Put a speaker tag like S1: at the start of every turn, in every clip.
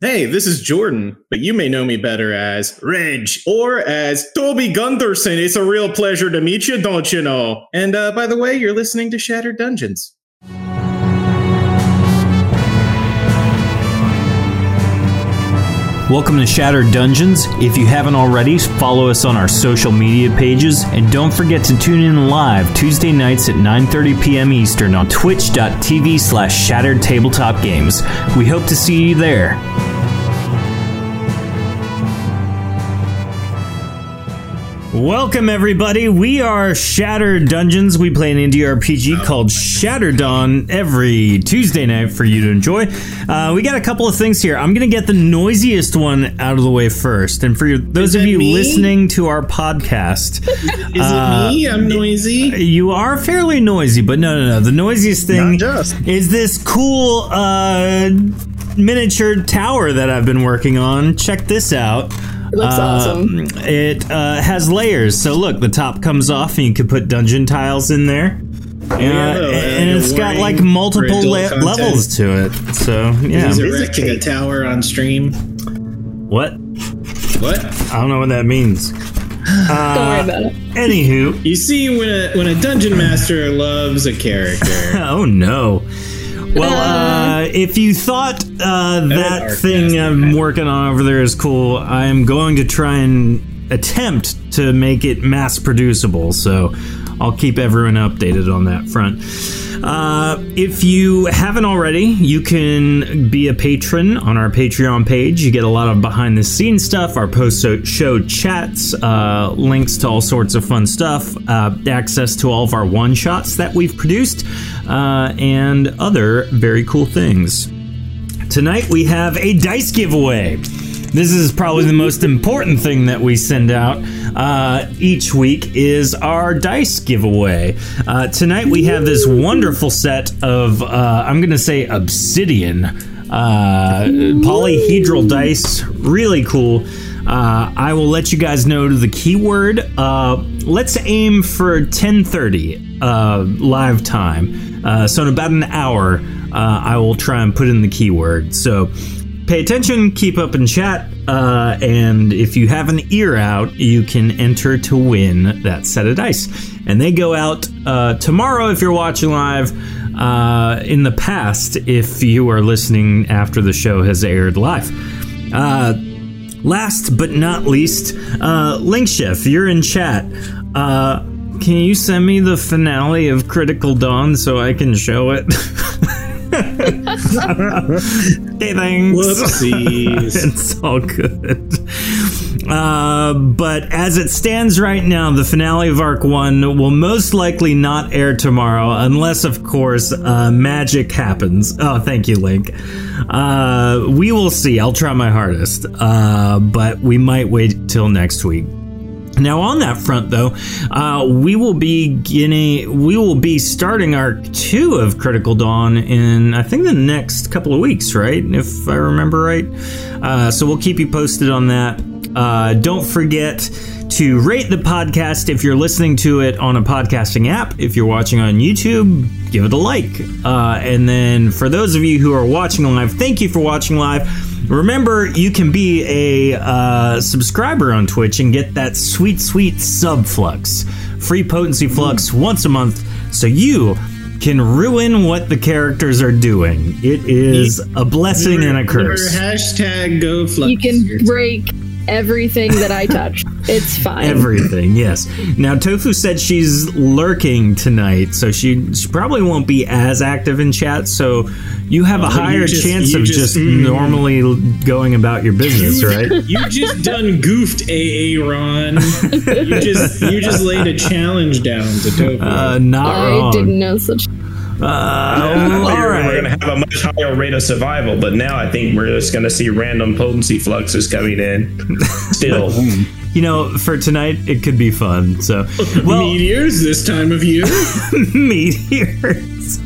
S1: Hey, this is Jordan, but you may know me better as Reg or as Toby Gunderson. It's a real pleasure to meet you, don't you know? And uh, by the way, you're listening to Shattered Dungeons.
S2: Welcome to Shattered Dungeons. If you haven't already, follow us on our social media pages and don't forget to tune in live Tuesday nights at 9:30 p.m. Eastern on twitch.tv slash shattered tabletop games. We hope to see you there. Welcome everybody. We are Shattered Dungeons. We play an indie RPG called Shattered Dawn every Tuesday night for you to enjoy. Uh, we got a couple of things here. I'm gonna get the noisiest one out of the way first. And for your, those of
S1: it
S2: you
S1: me?
S2: listening to our podcast,
S1: Is
S2: Uh,
S1: it me? I'm noisy.
S2: you are fairly noisy, but no, no, no. The noisiest thing
S3: just.
S2: is this cool uh, miniature tower that I've been working on. Check this out. It
S4: looks awesome.
S2: It uh, has layers. So look, the top comes off, and you can put dungeon tiles in there. Uh, and
S1: and
S2: it's
S1: you're
S2: got like
S1: wearing
S2: multiple
S1: adult
S2: le-
S1: content.
S2: levels to it. So yeah,
S3: Is
S1: He's
S3: it
S1: erecting a
S3: tape?
S1: tower on stream.
S2: what?
S1: What?
S2: I don't know what that means.
S4: Don't
S2: Uh,
S4: worry about it.
S2: Anywho,
S1: You see, when a when a dungeon master loves a character,
S2: Oh no. Well, uh, if you thought uh,
S1: Arc
S2: that
S1: Master,
S2: thing I'm working on over there is cool, I am going to try and attempt to make it mass producible. So I'll keep everyone updated on that front. Uh, if you haven't already, you can be a patron on our Patreon page. You get a lot of behind the scenes stuff, our post show chats, uh, links to all sorts of fun stuff, uh, access to all of our one shots that we've produced, uh, and other very cool things. Tonight we have a dice giveaway. This is probably the most important thing that we send out uh, each week is our dice giveaway. Uh, tonight we have this wonderful set of uh, I'm going to say obsidian uh, polyhedral dice, really cool. Uh, I will let you guys know the keyword. Uh, let's aim for 10:30 uh, live time. Uh, so in about an hour, uh, I will try and put in the keyword. So pay attention, keep up in chat, uh, and if you have an ear out, you can enter to win that set of dice. And they go out uh, tomorrow if you're watching live. Uh, in the past, if you are listening after the show has aired live. Uh, Last but not least, uh, Link Chef, you're in chat. Uh, can you send me the finale of Critical Dawn so I can show it? okay, thanks.
S1: whoopsies.
S2: It's all good. Uh, but as it stands right now, the finale of Arc 1 will most likely not air tomorrow, unless, of course, uh, magic happens. Oh, thank you, Link. Uh, we will see. I'll try my hardest. Uh, but we might wait till next week. Now, on that front, though, uh, we will be getting, we will be starting Arc Two of Critical Dawn in I think the next couple of weeks, right? If I remember right. Uh, so we'll keep you posted on that. Uh, don't forget to rate the podcast if you're listening to it on a podcasting app. If you're watching on YouTube, give it a like. Uh, and then for those of you who are watching live, thank you for watching live. Remember, you can be a uh, subscriber on Twitch and get that sweet, sweet sub flux, free potency flux once a month, so you can ruin what the characters are doing. It is a blessing and a curse.
S1: Hashtag go flux.
S4: You can break everything that I touch. It's fine.
S2: Everything, yes. Now, Tofu said she's lurking tonight, so she, she probably won't be as active in chat. So you have a higher
S1: just-
S2: chance
S1: you
S2: of
S1: just-
S2: just
S1: mm.
S2: normally l- going about your business, right?
S1: You just done goofed, AA Ron. You just you just laid a challenge down to Toby.
S2: Uh, not
S4: I
S2: wrong.
S4: didn't know such.
S2: Uh, all
S5: We're
S2: right.
S5: going to have a much higher rate of survival, but now I think we're just going to see random potency fluxes coming in. Still,
S2: You know, for tonight, it could be fun. So, well,
S1: Meteors this time of year.
S2: meteors.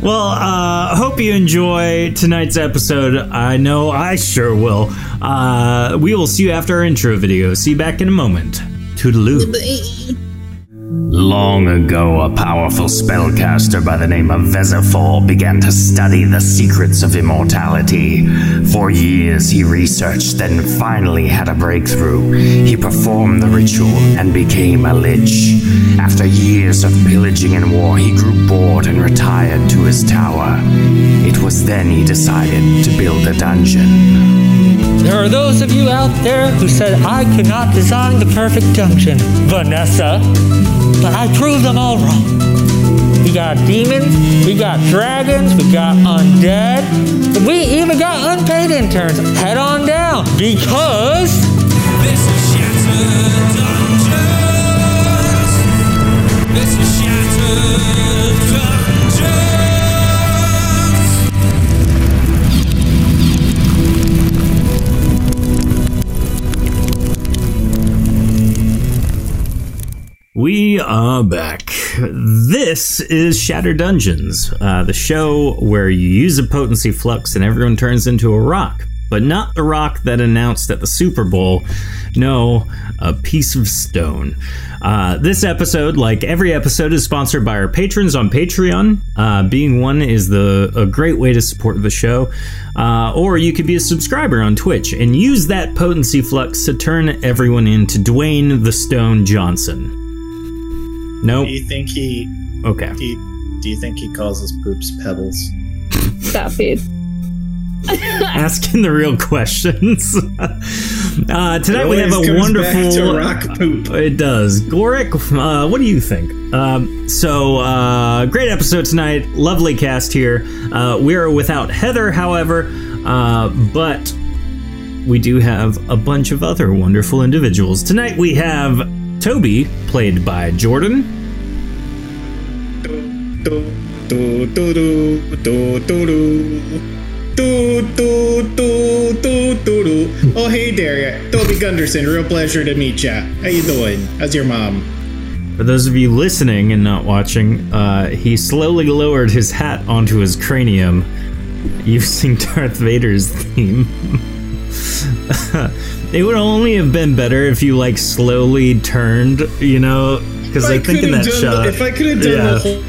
S2: Well, uh, hope you enjoy tonight's episode. I know I sure will. Uh, we will see you after our intro video. See you back in a moment. Toodaloo.
S3: Long ago, a powerful spellcaster by the name of Vezifor began to study the secrets of immortality. For years, he researched, then finally had a breakthrough. He performed the ritual and became a lich. After years of pillaging and war, he grew bored and retired to his tower. It was then he decided to build a dungeon.
S6: There are those of you out there who said I could not design the perfect dungeon, Vanessa. But I proved them all wrong. We got demons, we got dragons, we got undead, we even got unpaid interns. Head on down because.
S7: This is Shattered Dungeons. This is Shattered Dungeons.
S2: We are back. This is Shatter Dungeons, uh, the show where you use a potency flux and everyone turns into a rock. But not the rock that announced at the Super Bowl. No, a piece of stone. Uh, this episode, like every episode, is sponsored by our patrons on Patreon. Uh, being one is the a great way to support the show. Uh, or you could be a subscriber on Twitch and use that potency flux to turn everyone into Dwayne the Stone Johnson. Nope.
S1: Do you think he?
S2: Okay.
S1: Do you, do you think he calls his poops pebbles?
S4: Stop it.
S2: Asking the real questions. uh, tonight we have
S1: Always
S2: a
S1: comes back
S2: wonderful.
S1: to rock poop.
S2: It does. Gorik, uh, what do you think? Um, so, uh, great episode tonight. Lovely cast here. Uh, we are without Heather, however, uh, but we do have a bunch of other wonderful individuals. Tonight we have Toby, played by Jordan.
S1: Do, do, do, do, do, do, do. Do, do, do, do, do, do. Oh, hey there, Toby Gunderson. Real pleasure to meet ya. How you doing? How's your mom?
S2: For those of you listening and not watching, uh, he slowly lowered his hat onto his cranium using Darth Vader's theme. it would only have been better if you like slowly turned, you know, because I, think in
S1: could've
S2: that
S1: done
S2: shot.
S1: The, if I could have done
S2: Yeah.
S1: the whole,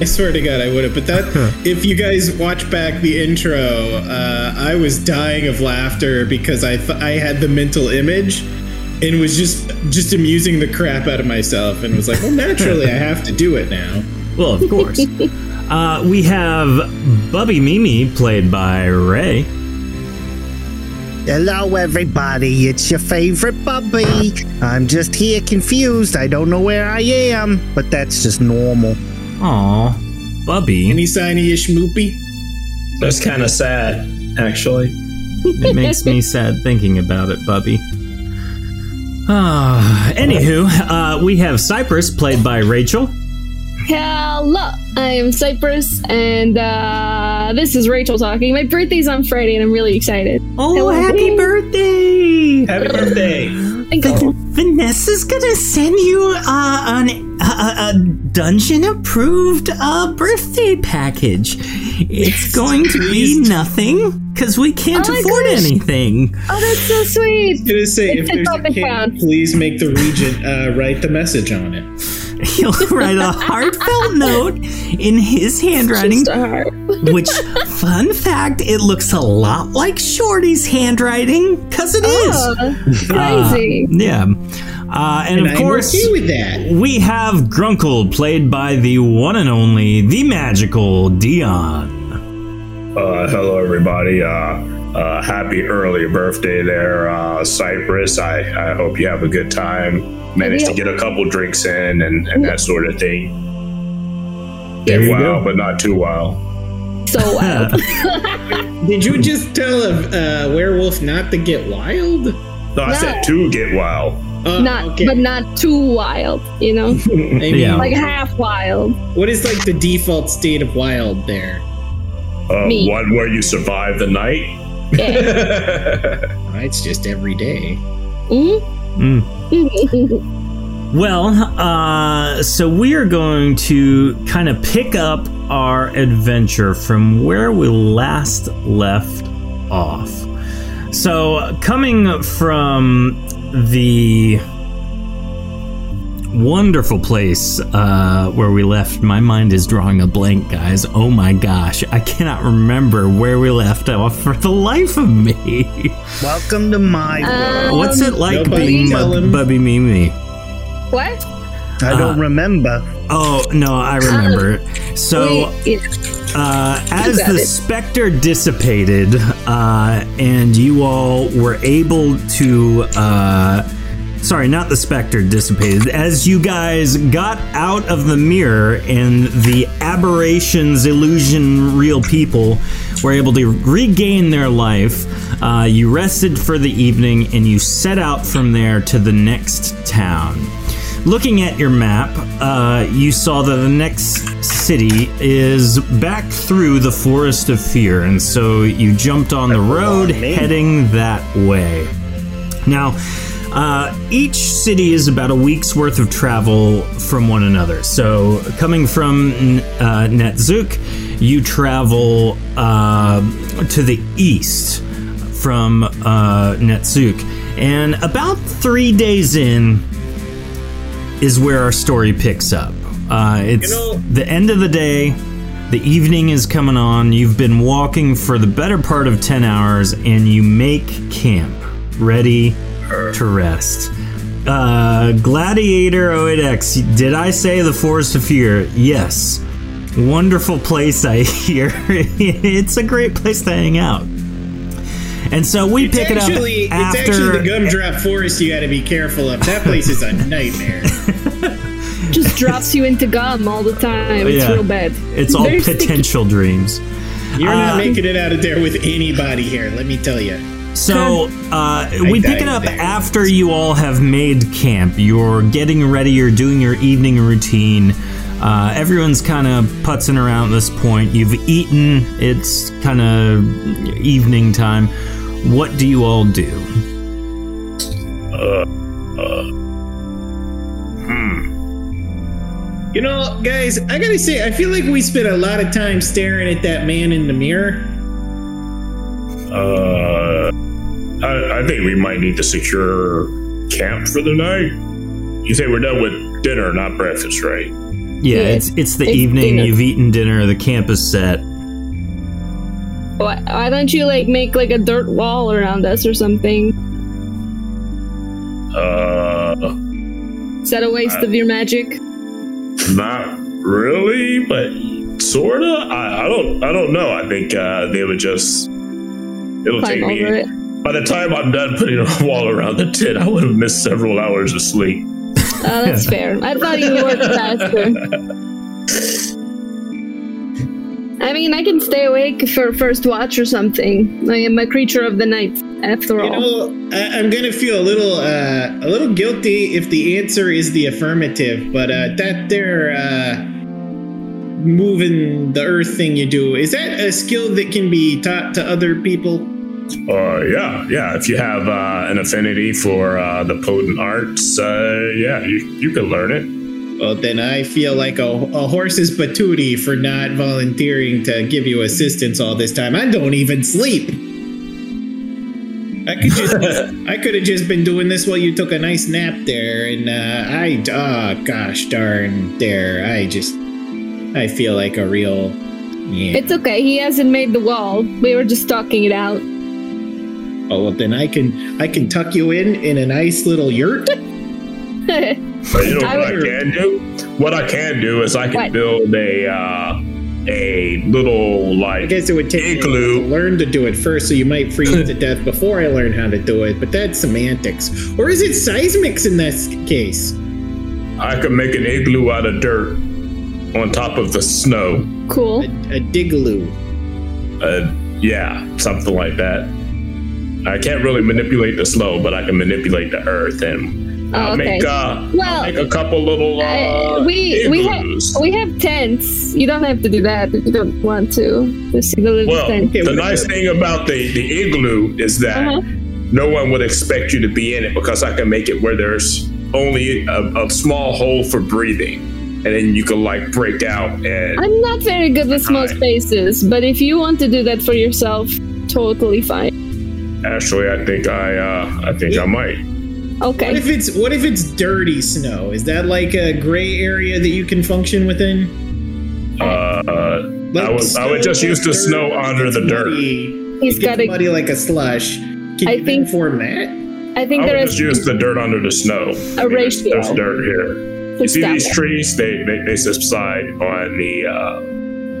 S1: I swear to God, I would have. But that, if you guys watch back the intro, uh, I was dying of laughter because I th- I had the mental image and was just just amusing the crap out of myself and was like, well, naturally, I have to do it now.
S2: Well, of course. uh, we have Bubby Mimi played by Ray.
S8: Hello, everybody. It's your favorite Bubby. I'm just here confused. I don't know where I am, but that's just normal.
S2: Aw, Bubby.
S1: Any sign of your schmoopy?
S5: That's kind of sad, actually.
S2: it makes me sad thinking about it, Bubby. Ah, anywho, uh, we have Cypress played by Rachel.
S4: Hello, I am Cypress, and uh, this is Rachel talking. My birthday's on Friday, and I'm really excited.
S2: Oh,
S4: Hello.
S2: happy birthday!
S5: Happy birthday!
S4: Thank you.
S2: Vanessa's gonna send you uh, an, a, a- a dungeon-approved uh, birthday package. It's going to be nothing because we can't
S4: Oh my
S2: afford
S4: gosh.
S2: anything.
S4: Oh, that's so sweet.
S1: Gonna say if
S4: It's a
S1: there's a
S4: topic
S1: kid,
S4: round.
S1: please make the regent uh, write the message on it.
S2: He'll write a heartfelt note in his handwriting
S4: Just a heart.
S2: Which, fun fact, it looks a lot like Shorty's handwriting, because it is.
S4: Oh,
S2: Ah.
S4: crazy.
S2: Yeah. Uh, and,
S1: And
S2: of
S1: I'm
S2: course,
S1: okay with that.
S2: we have Grunkle, played by the one and only, the magical Dion.
S5: Uh, hello, everybody. Uh, uh, happy early birthday there, uh, Cyprus. I, I hope you have a good time. Managed to get a couple drinks in and, and that sort of thing.
S2: There you
S5: wow,
S2: go.
S5: but not too wild.
S4: So wild.
S1: Did you just tell a uh, werewolf not to get wild?
S5: No, I said to get wild.
S1: Uh,
S4: not, but not too wild. You know,
S1: I mean,
S2: Yeah.
S4: like half wild.
S1: What is like the default state of wild there?
S5: Uh,
S4: Me.
S5: one where you survive the night.
S4: Yeah.
S1: Oh, it's just every day.
S4: Mm?
S2: Mm. Well, uh, so we are going to kind of pick up our adventure from where we last left off. So, coming from the wonderful place uh, where we left. My mind is drawing a blank, guys. Oh my gosh, I cannot remember where we left off for the life of me.
S8: Welcome to my
S4: Uh,
S8: world.
S4: Um,
S2: What's it like
S1: nobody
S2: being
S1: tell
S2: Bu-
S1: him.
S2: Bubby Mimi?
S4: What?
S8: I
S2: Uh,
S8: don't remember.
S2: Oh no, I remember. So
S4: Wait, yeah.
S2: Uh, as
S4: got
S2: the
S4: it.
S2: specter dissipated, uh, and you all were able to. Uh, sorry, not the specter dissipated. As you guys got out of the mirror and the aberrations, illusion, real people were able to regain their life, uh, you rested for the evening and you set out from there to the next town. Looking at your map, uh, you saw that the next city is back through the Forest of Fear, and so you jumped on the road heading that way. Now, uh, each city is about a week's worth of travel from one another. So, coming from uh, Netzuk, you travel uh, to the east from uh, Netzuk. And about three days in, is where our story picks up. Uh, it's
S1: You know-
S2: the end of the day. The evening is coming on. You've been walking for the better part of 10 hours and you make camp, ready to rest. Uh, Gladiator 08X, did I say the Forest of Fear? Yes. Wonderful place, I hear. it's a great place to hang out. And so we
S1: It's
S2: pick
S1: actually,
S2: it up after
S1: it's actually the gumdrop forest you gotta be careful of. That place is a nightmare.
S4: Just drops you into gum all the time. It's
S2: Yeah.
S4: real bad.
S2: it's all
S4: They're sticky.
S2: potential dreams.
S1: You're
S2: Uh,
S1: not making it out of there with anybody here, let me tell you.
S2: So uh, we pick it
S1: died
S2: up
S1: there.
S2: after you all have made camp. You're getting ready. You're doing your evening routine. Uh, everyone's kind of putzing around at this point. You've eaten. It's kind of evening time. What do you all do?
S1: You know, guys, I gotta say, I feel like we spent a lot of time staring at that man in the mirror.
S5: Uh, I, I think we might need to secure camp for the night. You say we're done with dinner, not breakfast, right?
S2: Yeah,
S4: Yeah,
S2: it's it's the
S4: it's
S2: evening.
S4: dinner.
S2: You've eaten dinner. The camp is set.
S4: Why, why don't you like make like a dirt wall around us or something?
S5: Uh,
S4: Is that a waste of your magic?
S5: not really, but sorta. I, I don't. I don't know. I think uh, they would just. It'll
S4: Climb
S5: take me.
S4: over it.
S5: By the time I'm done putting a wall around the tent, I would have missed several hours of sleep.
S4: Oh, that's fair. I thought you worked faster. I mean, I can stay awake for first watch or something. I am a creature of the night, after
S1: You
S4: all.
S1: know, I, I'm gonna feel a little, uh, a little guilty if the answer is the affirmative, but uh, that there uh, moving the earth thing you do is that a skill that can be taught to other people?
S5: Uh, yeah, yeah. If you have uh, an affinity for uh, the potent arts, uh, yeah, you, you can learn it.
S1: Well, then I feel like a, a horse's patootie for not volunteering to give you assistance all this time. I don't even sleep. I could just, I could have just been doing this while you took a nice nap there, and uh, I, oh gosh darn, there, I just, I feel like a real, yeah.
S4: It's okay. He hasn't made the wall. We were just talking it out.
S1: oh well, then I can, I can tuck you in in a nice little yurt.
S5: But you know
S4: I
S5: what I
S4: would-
S5: can do? What I can do is I can
S4: What?
S5: build a uh, a little
S1: I
S5: like
S1: guess it would take me a while
S5: Igloo.
S1: to learn to do it first, so you might freeze to death before I learn how to do it. But that's semantics, or is it seismics in this case?
S5: I can make an igloo out of dirt on top of the snow.
S4: Cool.
S1: A, a digaloo.
S5: Uh, yeah, something like that. I can't really manipulate the snow, but I can manipulate the earth and I'll
S4: Oh, okay.
S5: make uh,
S4: Well,
S5: make a couple little uh,
S4: uh, we we have
S5: igloos.
S4: we have tents. You don't have to do that if you don't want to. This is a little
S5: well,
S4: tent.
S5: the
S1: whatever.
S5: nice thing about the, the igloo is that
S4: Uh-huh.
S5: no one would expect you to be in it because I can make it where there's only a, a small hole for breathing, and then you can like break out and
S4: I'm not very good with small
S5: Fine.
S4: spaces, but if you want to do that for yourself, totally fine.
S5: actually I think I uh, I think I might.
S1: What
S4: Okay.
S1: if it's what if it's dirty snow? Is that like a gray area that you can function within?
S5: Uh,
S1: Like
S5: I would, I would just
S1: snow
S5: use the
S1: dirt,
S5: snow under the
S1: it's
S5: dirt.
S1: muddy.
S4: He's
S1: It gets
S4: got a-
S1: muddy like a slush. Can
S4: I
S1: you
S4: think-
S1: form that?
S4: I think
S5: I
S4: there
S5: would
S4: is
S5: just use the dirt under the snow. I mean, there's-
S4: ratio.
S5: There's dirt here. You
S4: It's
S5: see
S4: down
S5: these
S4: there.
S5: trees? They they, they subside on the uh,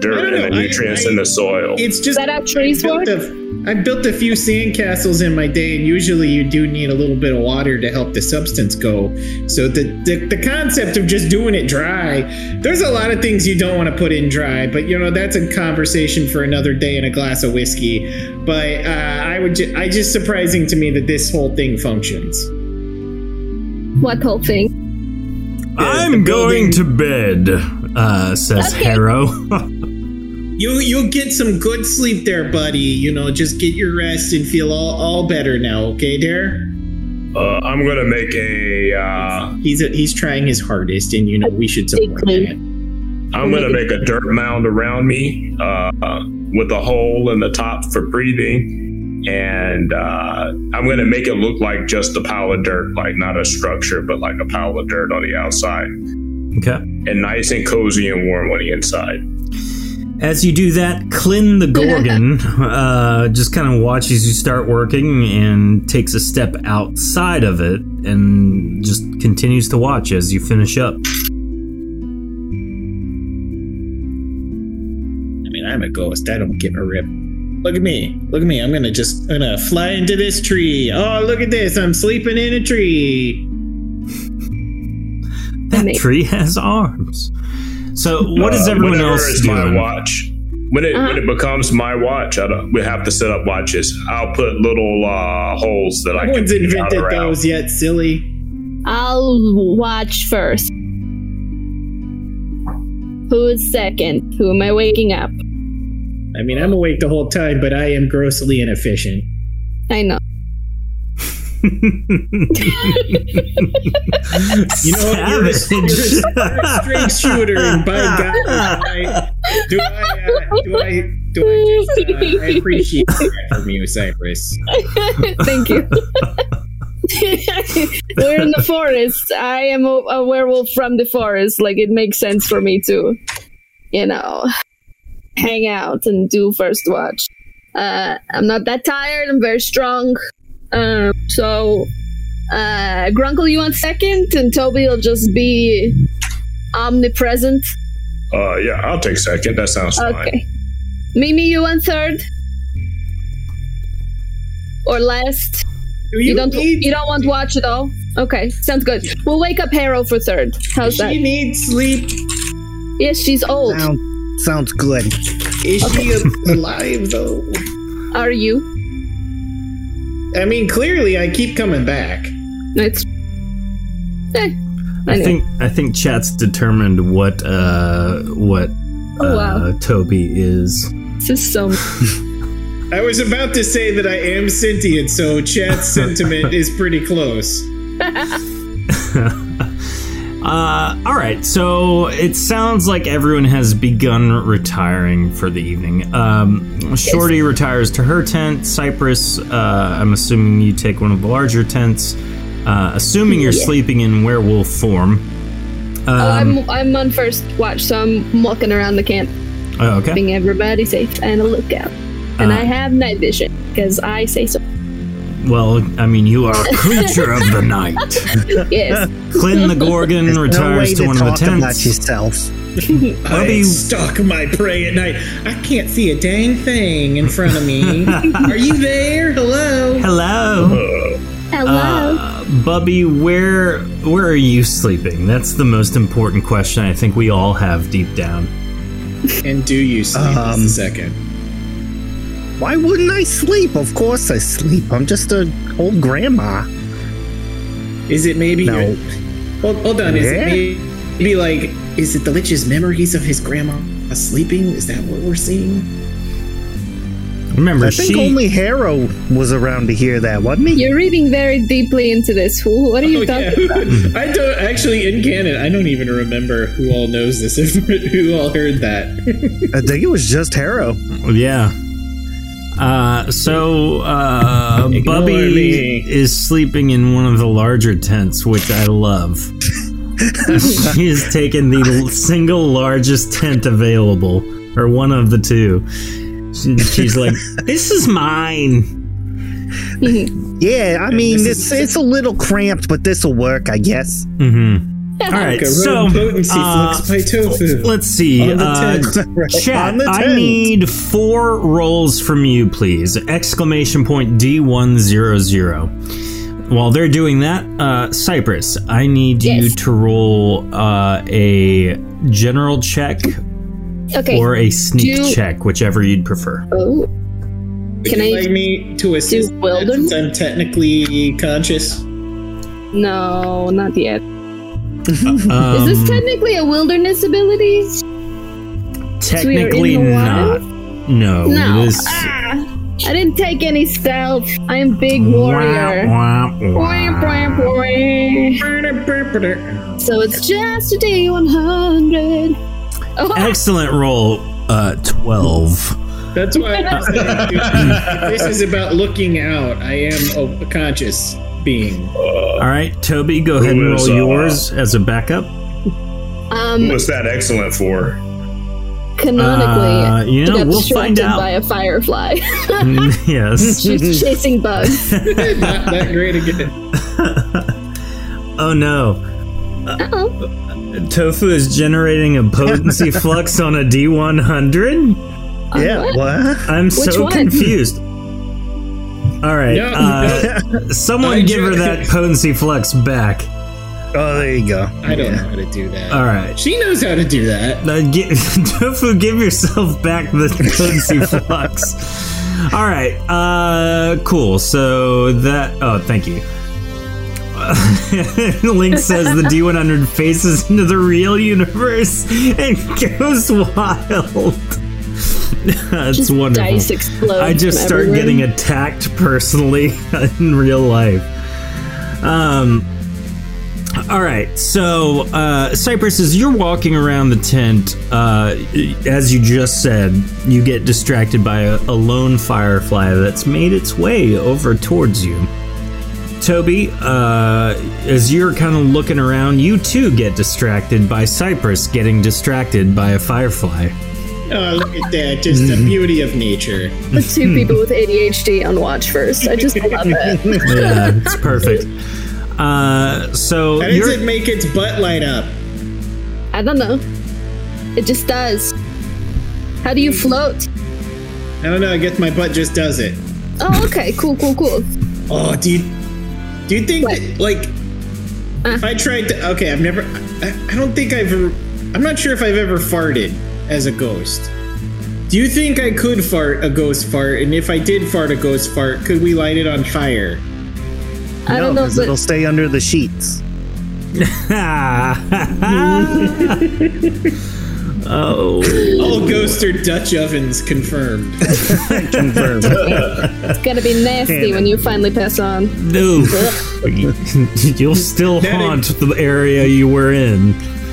S5: dirt
S1: don't
S5: and the
S1: know. I-
S5: nutrients
S1: I-
S5: in the soil.
S1: It's just
S4: that how trees
S1: I built
S4: work?
S1: a- I built a few sandcastles in my day, and usually you do need a little bit of water to help the substance go. So the, the the concept of just doing it dry, there's a lot of things you don't want to put in dry, but you know that's a conversation for another day and a glass of whiskey. But uh, I would, ju- I just surprising to me that this whole thing functions.
S4: What whole thing?
S2: I'm going to bed, uh, says
S4: Okay.
S2: Harrow.
S1: You you'll get some good sleep there, buddy. You know, just get your rest and feel all all better now. Okay, there.
S5: Uh, I'm gonna make a. Uh,
S1: He's a, he's trying his hardest, and you know we should support
S4: Exactly.
S1: that.
S5: I'm gonna make a dirt mound around me uh, with a hole in the top for breathing, and uh, I'm gonna make it look like just a pile of dirt, like not a structure, but like a pile of dirt on the outside,
S2: okay.
S5: and nice and cozy and warm on the inside.
S2: As you do that, Clin the Gorgon uh, just kind of watches you start working and takes a step outside of it and just continues to watch as you finish up.
S1: I mean, I'm a ghost. I don't give a rip. Look at me. Look at me. I'm gonna just I'm gonna fly into this tree. Oh, look at this. I'm sleeping in a tree.
S2: That
S4: Amazing.
S2: tree has arms. So, what is
S5: Uh,
S2: everyone
S5: whenever
S2: else
S5: it's
S2: doing?
S5: My watch. When it when it becomes my watch, I don't, we have to set up watches. I'll put little uh, holes that I
S1: No
S5: can
S1: one's
S5: get out
S1: invented
S5: around.
S1: those yet, silly.
S4: I'll watch first. Who's second? Who am I waking up?
S1: I mean, I'm awake the whole time, but I am grossly inefficient.
S4: I know.
S1: You know, what? you're a, you're a straight shooter, and by God, do I do I, uh, do I do I just uh, I appreciate that from you, Cypress.
S4: Thank you. We're in the forest. I am a, a werewolf from the forest. Like it makes sense for me to, you know, hang out and do first watch. Uh, I'm not that tired. I'm very strong. Um, so, uh, Grunkle, you on second, and Toby will just be omnipresent.
S5: Uh, yeah, I'll take second. That sounds fine.
S4: Okay. Mimi, you on third, or last.
S1: Do
S4: You, don't.
S1: need
S4: you don't want watch at all. Okay, sounds good. We'll wake up Harrow for third. How's
S1: Does
S4: that?
S1: she need sleep?
S4: Yes, she's old.
S8: Sound, sounds good.
S1: Is she alive though?
S4: Are you?
S1: I mean, clearly, I keep coming back.
S4: It's.
S2: I
S4: Eh. Anyway.
S2: think I think chat's determined what uh what
S4: Oh, wow.
S2: uh, Toby is.
S4: This is so.
S1: I was about to say that I am sentient, so Chad's sentiment is pretty close.
S2: Uh, all right, so it sounds like everyone has begun retiring for the evening. Um, Shorty retires to her tent. Cypress, uh, I'm assuming you take one of the larger tents. Uh, assuming you're sleeping in werewolf form. Um,
S4: oh, I'm I'm on first watch, so I'm walking around the camp,
S2: oh, okay.
S4: keeping everybody safe and a lookout. And I have night vision because I say so.
S2: Well, I mean, you are a creature of the night.
S4: Yes.
S2: Clint the Gorgon
S8: There's no way
S2: retires
S8: to,
S2: to one of the
S8: talk about
S2: tents.
S8: yourself.
S1: I
S2: Toby
S1: stalk my prey at night. I can't see a dang thing in front of me. Are you there? Hello.
S8: Oh.
S2: Hello.
S4: Hello.
S2: Uh, Bubby, where where are you sleeping? That's the most important question I think we all have deep down.
S1: And do you sleep?
S8: Um,
S1: Just a second.
S8: Why wouldn't I sleep? Of course I sleep. I'm just a old grandma.
S1: Is it maybe?
S8: No.
S1: your- Hold, hold on. Is it
S8: Yeah.
S1: may- maybe like? Is it the lich's memories of his grandma sleeping? Is that what we're seeing?
S2: Remember,
S8: I think
S2: she
S8: only Harrow was around to hear that, wasn't he?
S4: You're reading very deeply into this. Who? What are you
S1: Oh, yeah.
S4: talking about?
S1: I don't actually in canon. I don't even remember who all knows this. If who all heard that.
S8: I think it was just Harrow.
S2: Yeah. Uh, so, uh,
S1: Ignore
S2: Bubby
S1: me.
S2: is sleeping in one of the larger tents, which I love. she has taken the l- single largest tent available, or one of the two. She- She's like, "This is mine."
S8: Yeah, I mean, this it's a little cramped, but this will work, I guess.
S2: Mm-hmm. All right,
S1: Garone
S2: so
S1: potency
S2: uh,
S1: flux by tofu.
S2: let's see.
S1: On the
S2: uh,
S1: tent. Right,
S2: Chat,
S1: on the
S2: I
S1: tent.
S2: need four rolls from you, please. Exclamation point D100. While they're doing that, uh, Cypress, I need you
S4: Yes.
S2: to roll uh, a general check
S4: Okay.
S2: or a sneak
S4: Do-
S2: check, whichever you'd prefer.
S4: oh,
S1: Would
S4: can
S1: you
S4: I-
S1: like me to assist? in that
S4: Weldon?
S1: since I'm technically conscious.
S4: no, not yet.
S2: Um,
S4: Is this technically a wilderness ability?
S2: technically
S4: so we are in the
S2: not.
S4: water?
S2: No,
S4: No.
S2: it is.
S4: Ah, I didn't take any stealth. I am big warrior.
S2: Wah, wah, wah.
S4: Boing, boing, boing. So it's just a D100. Oh,
S2: Excellent roll, uh, 12.
S1: That's why I'm saying, dude, this is about looking out. I am a conscious being.
S2: All right, Toby, go ahead and
S5: Who
S2: roll
S5: is, uh,
S2: yours as a backup.
S4: um,
S5: What's that excellent for?
S4: canonically,
S2: Uh, you
S4: I
S2: know,
S4: got
S2: we'll
S4: distracted
S2: find out. Mm-hmm.
S4: by a firefly.
S2: yes.
S4: She's chasing bugs.
S1: Not that great again.
S2: Oh no. Uh,
S4: Uh-oh.
S2: Tofu is generating a potency flux on a D100?
S8: yeah,
S4: what?
S8: what?
S2: I'm so
S4: one?
S2: confused. All right.
S1: No,
S2: uh,
S1: I
S2: someone give her
S1: ju-
S2: that potency flux back.
S8: Oh, there you go.
S1: I don't know how to do that.
S2: All right.
S1: She knows how to do that.
S2: Now gi- Tofu, give yourself back the potency flux. All right. Uh, cool. So that. Oh, thank you. Link says the D100 faces into the real universe and goes wild. That's
S4: Just
S2: wonderful.
S4: Dice explode.
S2: I just
S4: from
S2: start
S4: everywhere.
S2: getting attacked personally in real life. Um. All right, so uh, Cypress, as you're walking around the tent, uh, as you just said, you get distracted by a, a lone firefly that's made its way over towards you. Toby, uh, as you're kind of looking around, you too get distracted by Cypress getting distracted by a firefly.
S1: Oh, look at that. Just the beauty of nature.
S4: the two people with ADHD on watch first. I just love it.
S2: Yeah, it's perfect. Uh, so
S1: How
S2: you're,
S1: does it make its butt light up?
S4: I don't know. It just does. How do you float?
S1: I don't know. I guess my butt just does it.
S4: Oh, okay. Cool, cool, cool.
S1: Oh, do you do you think
S4: What?
S1: that, like if I tried to? Okay, I've never. I, I don't think I've. ever I'm not sure if I've ever farted as a ghost. Do you think I could fart a ghost fart? And if I did fart a ghost fart, could we light it on fire?
S4: I don't
S8: No,
S4: know.
S8: because
S4: Oh, But
S8: it'll stay under the sheets.
S2: oh,
S1: All ghosts are Dutch ovens confirmed.
S8: Confirmed.
S4: it's gonna be nasty when you finally pass on.
S2: no. You'll still
S1: That
S2: haunt the area you were in.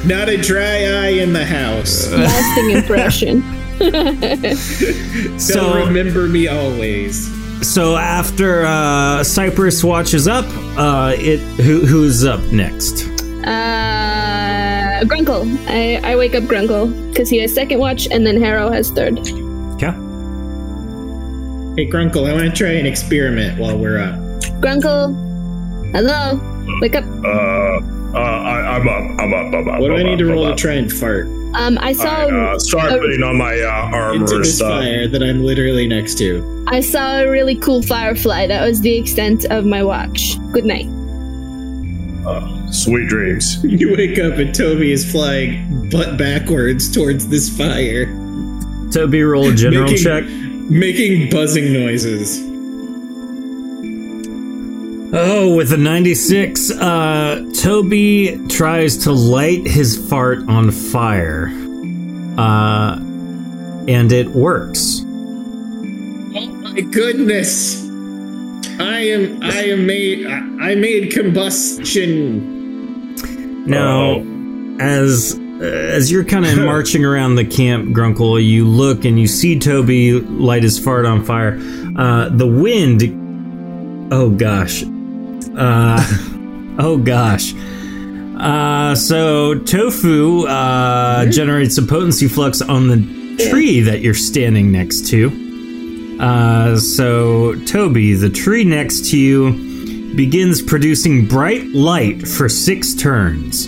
S1: not a dry eye in the house.
S4: Lasting impression.
S1: They'll
S2: So,
S1: remember me always.
S2: so after uh, Cypress watches up, uh, it who, who's up next?
S4: Uh, Grunkle. I, I wake up Grunkle because he has second watch, and then Harrow has third.
S2: Yeah.
S1: Hey, Grunkle, I want to try an experiment while we're up.
S4: Grunkle, hello. Wake up.
S5: Uh, uh I, I'm up. I'm up. I'm up.
S1: What do
S5: I'm
S1: I need
S5: up,
S1: to
S5: I'm
S1: roll to
S5: up.
S1: try and fart
S4: Um, I saw
S5: I, uh,
S4: oh.
S5: start putting on my uh, armor
S1: into
S5: and
S1: this
S5: stuff.
S1: fire that I'm literally next to?
S4: I saw a really cool firefly. That was the extent of my watch. Good night.
S5: Sweet dreams.
S1: You wake up and Toby is flying butt backwards towards this fire,
S2: Toby, roll a general
S1: Making-
S2: check.
S1: making buzzing noises.
S2: Oh, with a 96, uh, Toby tries to light his fart on fire. Uh, and it works.
S1: My goodness, I am I am made I I made combustion.
S2: Now, as uh, as you're kind of marching around the camp, Grunkle, you look and you see Toby light his fart on fire. Uh, the wind. Oh gosh. Uh, oh gosh. Uh, so tofu uh, generates a potency flux on the tree that you're standing next to. Uh, so Toby, the tree next to you begins producing bright light for six turns.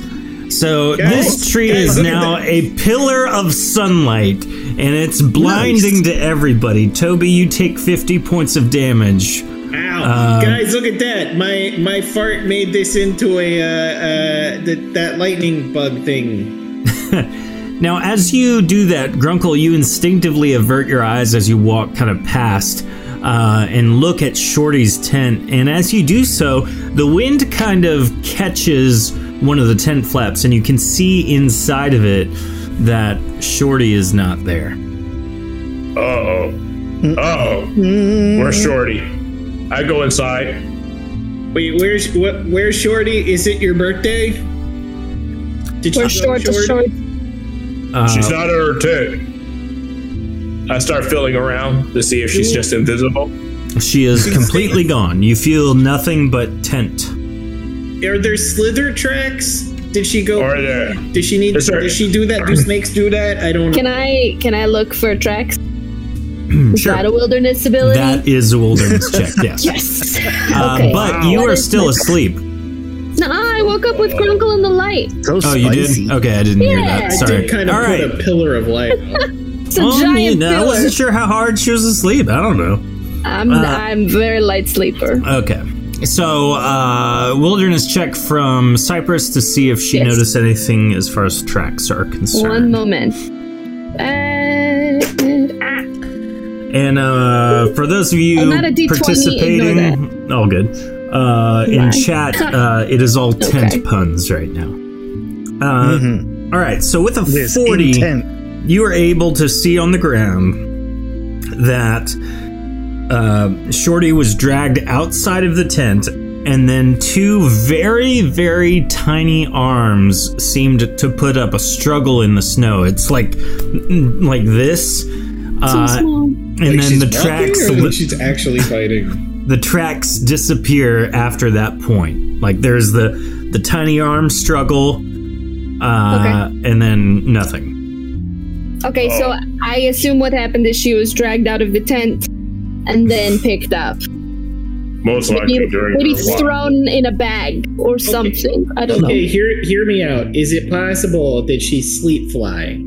S2: So this tree
S1: guys,
S2: is
S1: look at
S2: now a pillar of sunlight, and it's blinding to everybody. Toby, you take fifty points of damage.
S1: Ow! Guys, look at that. My my fart made this into a uh, uh, that that lightning bug thing.
S2: Now, as you do that, Grunkle, you instinctively avert your eyes as you walk kind of past uh, and look at Shorty's tent. And as you do so, the wind kind of catches one of the tent flaps, and you can see inside of it that Shorty is not there.
S5: Uh oh. Uh oh. Where's Shorty? I go inside.
S1: Wait, where's what? Where's Shorty? Is it your birthday? Did
S4: We're
S1: go
S4: short of
S1: short?
S4: short.
S2: Uh,
S5: She's not in her tent. I start feeling around to see if she's just invisible.
S2: she is completely gone. You feel nothing but tent.
S1: Are there slither tracks? Did she go?
S5: Or there.
S1: Does she need?
S5: Yes, sir.
S1: Does she do that? Do snakes do that? I don't.
S4: Can I can I look for tracks? Is that a wilderness ability?
S2: Hmm, That is a wilderness check, yes.
S4: yes.
S2: Uh,
S4: okay.
S2: But you
S4: That
S2: are
S4: is
S2: still
S4: my-
S2: asleep.
S4: No, I woke up with Grunkle in the light.
S8: So
S2: Oh,
S8: spicy.
S2: you did? Okay, I didn't hear
S4: Yeah. I
S2: that.
S4: did
S2: Sorry.
S1: I did kind of
S2: All
S1: put
S2: right.
S1: a pillar of light. on.
S4: It's a
S2: Um,
S4: giant
S2: you know, I
S4: pillar.
S2: wasn't Uh, sure how hard she was asleep. I don't know.
S4: I'm I'm very light sleeper.
S2: Okay. So, uh, wilderness check from Cypress to see if she
S4: Yes.
S2: noticed anything as far as tracks are
S4: One
S2: concerned.
S4: moment. Uh, ah,
S2: and uh, for those of
S4: I'm
S2: you
S4: not a D20,
S2: participating, all good. Uh, in
S4: Right.
S2: chat, uh, it is all tent
S4: Okay.
S2: puns right now. Uh, all right. So with a
S8: This
S2: forty,
S8: intent.
S2: you are able to see on the ground that uh, Shorty was dragged outside of the tent, and then two very, very tiny arms seemed to put up a struggle in the snow. It's like, like this, uh,
S4: small.
S2: and then the tracks,
S1: Or
S2: li-
S1: that she's actually fighting.
S2: the tracks disappear after that point. Like there's the the tiny arm struggle, uh, and then nothing.
S4: Okay,
S2: oh.
S4: so I assume what happened is she was dragged out of the tent and then picked up.
S5: Most likely
S4: Maybe,
S5: during
S4: maybe
S5: her walk.
S4: thrown in a bag or something. I don't know.
S1: Okay, hear hear me out. Is it possible that she sleep fly?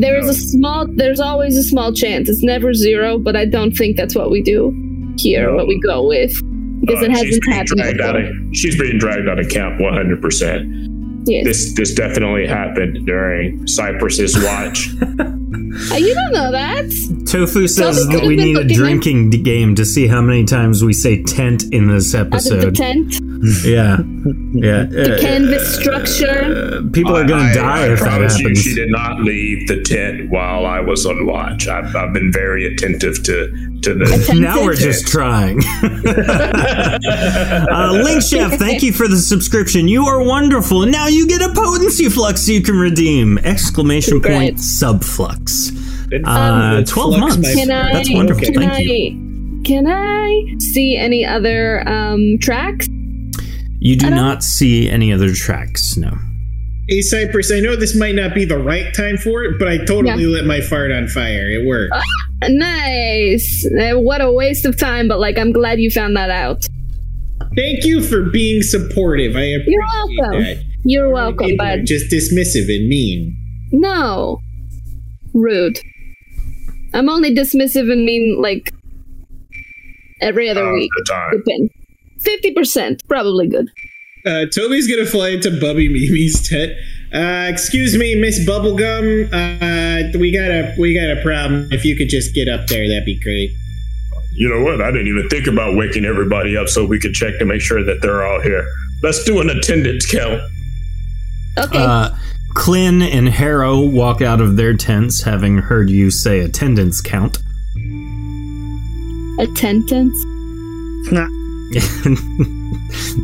S4: There is a small. There's always a small chance. It's never zero, but I don't think that's what we do here.
S5: No.
S4: What we go with because
S5: Uh,
S4: it
S5: she's
S4: hasn't
S5: being
S4: happened
S5: dragged out
S4: before.
S5: of she's being dragged out of camp 100 percent
S4: Yes,
S5: this this definitely happened during cypress's watch
S4: Uh, you don't know that.
S2: Tofu says
S4: Tofu
S2: that we
S4: could've
S2: need
S4: been
S2: a
S4: cooking
S2: drinking d- game to see how many times we say tent in this
S4: Out of the
S2: episode.
S4: tent,
S2: Yeah. Yeah.
S4: the
S2: Uh,
S4: canvas structure.
S2: uh, people are going
S5: I-
S2: to die
S5: I
S2: if that
S5: promise you,
S2: happens.
S5: she did not leave the tent while i was on watch i've, I've been very attentive to to the
S2: now we're just trying. uh, Link Chef, thank you for the subscription. You are wonderful. And now you get a potency flux you can redeem! Exclamation
S4: Great.
S2: point subflux. Uh, 12
S1: flux
S2: months.
S1: my-
S4: Can I?
S2: That's wonderful.
S4: Can
S2: Thank
S4: I?
S2: you.
S4: Can I see any other um, tracks?
S2: You do not see any other tracks, no.
S1: Hey Cypress, I know this might not be the right time for it, but I totally lit my fart on fire. It worked.
S4: Nice. Uh, What a waste of time. But like, I'm glad you found that out.
S1: Thank you for being supportive. I appreciate
S4: You're welcome.
S1: that.
S4: You're welcome,
S1: People are
S4: bud.
S1: Just dismissive and mean.
S4: No. Rude. I'm only dismissive and mean like every other
S5: uh,
S4: week.
S5: the time
S4: Depend. 50%, probably good.
S1: Uh, Toby's gonna fly into Bubby Mimi's tent. Uh, excuse me, Miss Bubblegum. Uh, we got a we got a problem. If you could just get up there, that'd be great.
S5: you know what i didn't even think about waking everybody up so we could check to make sure that they're all here let's do an attendance count
S4: Okay.
S2: Uh, Clint and Harrow walk out of their tents having heard you say attendance count.
S4: Attendance.
S8: Nah,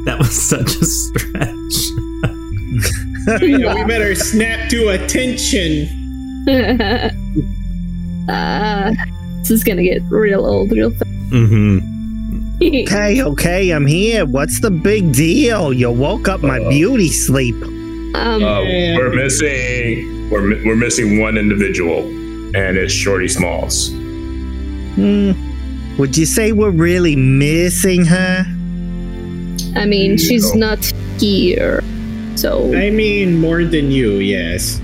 S2: that was such a stretch.
S1: Yeah, we better snap to attention.
S4: uh, this is gonna get real old real
S2: Mm-hmm.
S4: fast.
S8: Okay, okay, I'm here. What's the big deal? You woke up my
S5: Uh,
S8: beauty sleep.
S4: um,
S5: Uh, we're missing we're, mi- we're missing one individual, and it's Shorty Smalls.
S8: Hmm. Would you say we're really missing her?
S4: I mean, she's
S5: no.
S4: not here. So
S1: I mean, more than you, yes.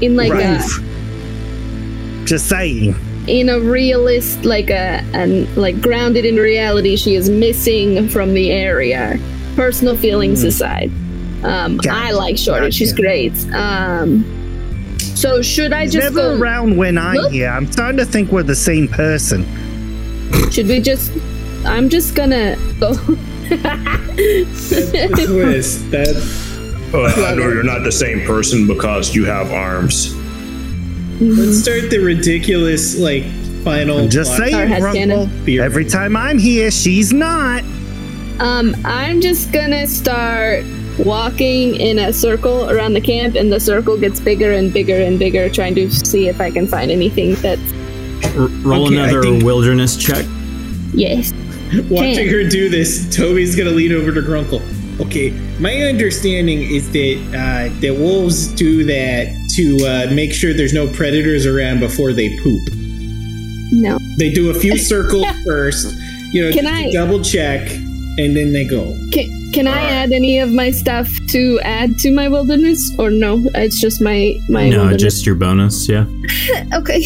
S4: in like
S8: Right.
S4: a
S8: Just saying.
S4: in a realist like a and like grounded in reality she is missing from the area personal feelings aside um
S8: Hmm. Gotcha,
S4: i like shorty she's
S8: gotcha.
S4: great um so should i just
S8: Never
S4: go
S8: around when I'm
S4: Look.
S8: here. I'm starting to think we're the same person.
S4: should we just i'm just gonna go
S1: This was- that,
S5: Uh, I know you're not the same person because you have arms.
S1: let's start the ridiculous, like, final.
S8: I'm just
S1: plot
S8: saying,
S4: Sorry,
S8: Runkle.
S4: Hasganon.
S1: theory.
S8: Every time I'm here, she's not.
S4: um i'm just gonna start walking in a circle around the camp and the circle gets bigger and bigger and bigger trying to see if i can find anything that's
S2: roll
S1: Okay, I
S2: another
S1: think-
S2: wilderness check.
S4: yes
S1: Watching her do this, Toby's gonna lean over to Grunkle. Okay, my understanding is that uh, the wolves do that to uh, make sure there's no predators around before they poop.
S4: no
S1: They do a few circles first, you know,
S4: Can
S1: just to
S4: I-
S1: double check, and then they go.
S4: Can, can I add any of my stuff to add to my wilderness, or no? It's just my my.
S2: No,
S4: wilderness.
S2: just your bonus. Yeah.
S4: okay.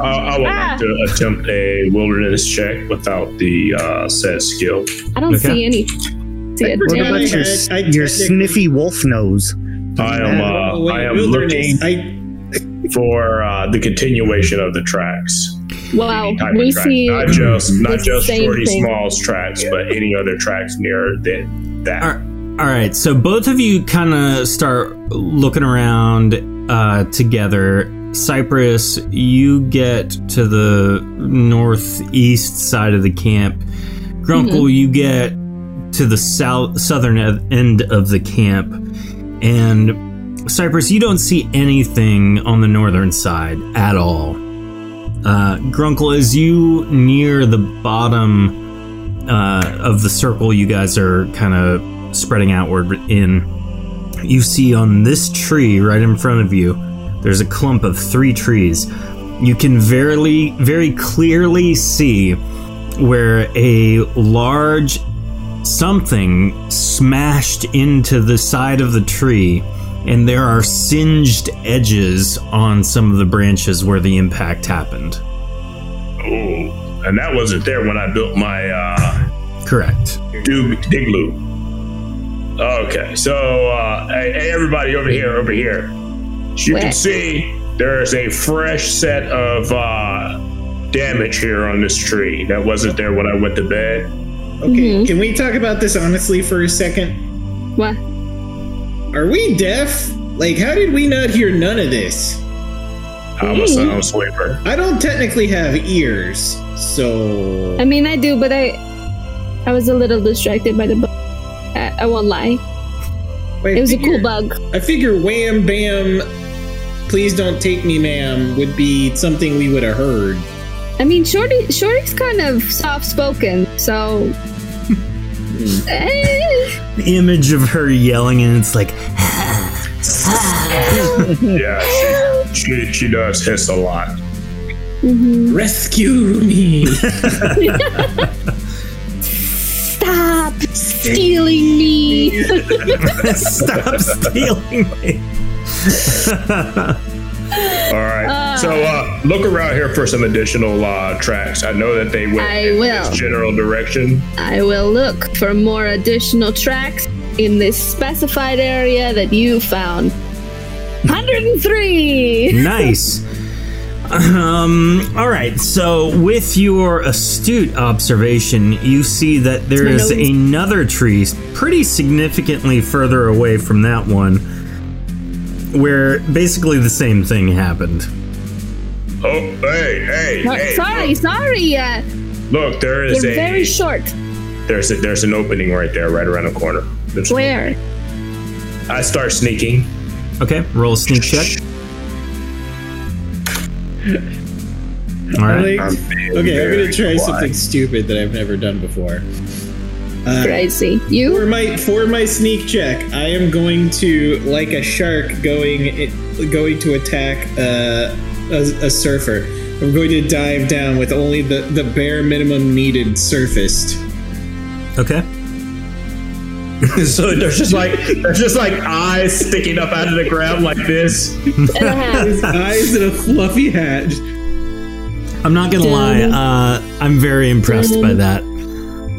S5: I, I would like to attempt a wilderness check without the uh, said skill.
S4: I don't
S2: Okay.
S4: see any. See it.
S8: What
S1: Yeah,
S8: about
S1: I-
S8: your,
S1: I- I technically-
S8: your sniffy wolf nose?
S5: I
S1: Uh,
S5: am uh,
S1: wait,
S5: I am
S1: wilderness.
S5: looking
S1: I,
S5: for uh, the continuation of the tracks.
S4: Wow,
S5: Type of
S4: we
S5: tracks.
S4: see.
S5: not just not
S4: the
S5: just
S4: same
S5: Shorty
S4: thing.
S5: Smalls tracks, but any other tracks near that. that.
S2: All right, so both of you kind of start looking around uh, together. Cypress, you get to the northeast side of the camp. Grunkle, you get to the south southern e- end of the camp, and Cypress, you don't see anything on the northern side at all. Uh, Grunkle, as you near the bottom uh, of the circle you guys are kind of spreading outward in, you see on this tree right in front of you, there's a clump of three trees. You can very, very clearly see where a large something smashed into the side of the tree, and there are singed edges on some of the branches where the impact happened.
S5: Ooh, and that wasn't there when I built my uh,
S2: Correct.
S5: Dug- Diglu. Okay, so uh, hey, hey, everybody over here, over here. As you
S4: Where?
S5: can see there is a fresh set of uh, damage here on this tree that wasn't there when I went to bed.
S1: okay,
S4: Mhm.
S1: can we talk about this honestly for a second?
S4: What?
S1: Are we deaf? Like, how did we not hear none of this?
S5: I'm a sound sweeper.
S1: I don't technically have ears, so
S4: I mean, I do, but I I was a little distracted by the bug. I, I won't lie.
S1: Wait,
S4: It was a
S1: figure-
S4: cool bug.
S1: I figure wham bam, please don't take me, ma'am, would be something we would have heard.
S4: I mean, Shorty Shorty's kind of soft spoken, so. Eh,
S2: Image of her yelling, and it's like,
S5: Yeah, she, she, she does hiss a lot.
S4: mhm.
S1: Rescue me!
S4: Stop stealing me.
S2: Stop stealing me.
S5: All right.
S4: Ah.
S5: so uh, look around here for some additional uh, tracks. I know that they went
S4: I
S5: in
S4: will.
S5: this general direction.
S4: I will look for more additional tracks in this specified area that you found. 103!
S2: nice. Um, all right. So, with your astute observation, you see that there
S4: It's
S2: is
S4: my nose.
S2: another tree pretty significantly further away from that one where basically the same thing happened.
S5: Oh, hey, hey,
S4: No,
S5: hey!
S4: sorry, sorry, uh,
S5: Look, there
S4: they're
S5: is a
S4: very short.
S5: there's a, there's an opening right there, right around the corner. There's-
S4: Where?
S5: I start sneaking.
S2: Okay, roll a sneak check. All right.
S1: Like, okay, I'm gonna try something stupid that I've never done before.
S5: Uh,
S1: Uh,
S4: Crazy. You?
S1: For my for my sneak check, I am going to like a shark going it, going to attack uh, a, a surfer. I'm going to dive down with only the, the bare minimum needed surfaced.
S2: Okay.
S5: so there's just like there's just like eyes sticking up out of the ground like this.
S4: And a hand.
S1: Eyes in a fluffy hat.
S2: I'm not gonna lie. Uh, I'm very impressed by that.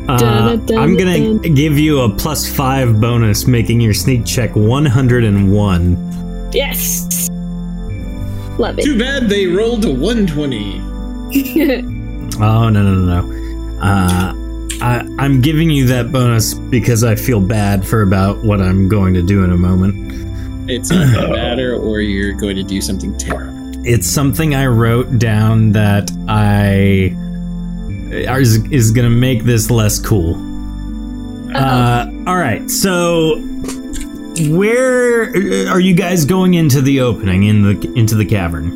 S2: Uh, I'm gonna give you a plus five bonus, making your sneak check 101.
S4: Yes. Love it.
S1: Too bad they rolled a 120.
S2: Oh no no no no. Uh, I, I'm giving you that bonus because I feel bad for about what I'm going to do in a moment.
S1: It's not gonna matter, or you're going to do something terrible.
S2: it's something I wrote down that I uh, is, is gonna make this less cool. Uh, all right, so where uh, are you guys going into the opening in the into the cavern?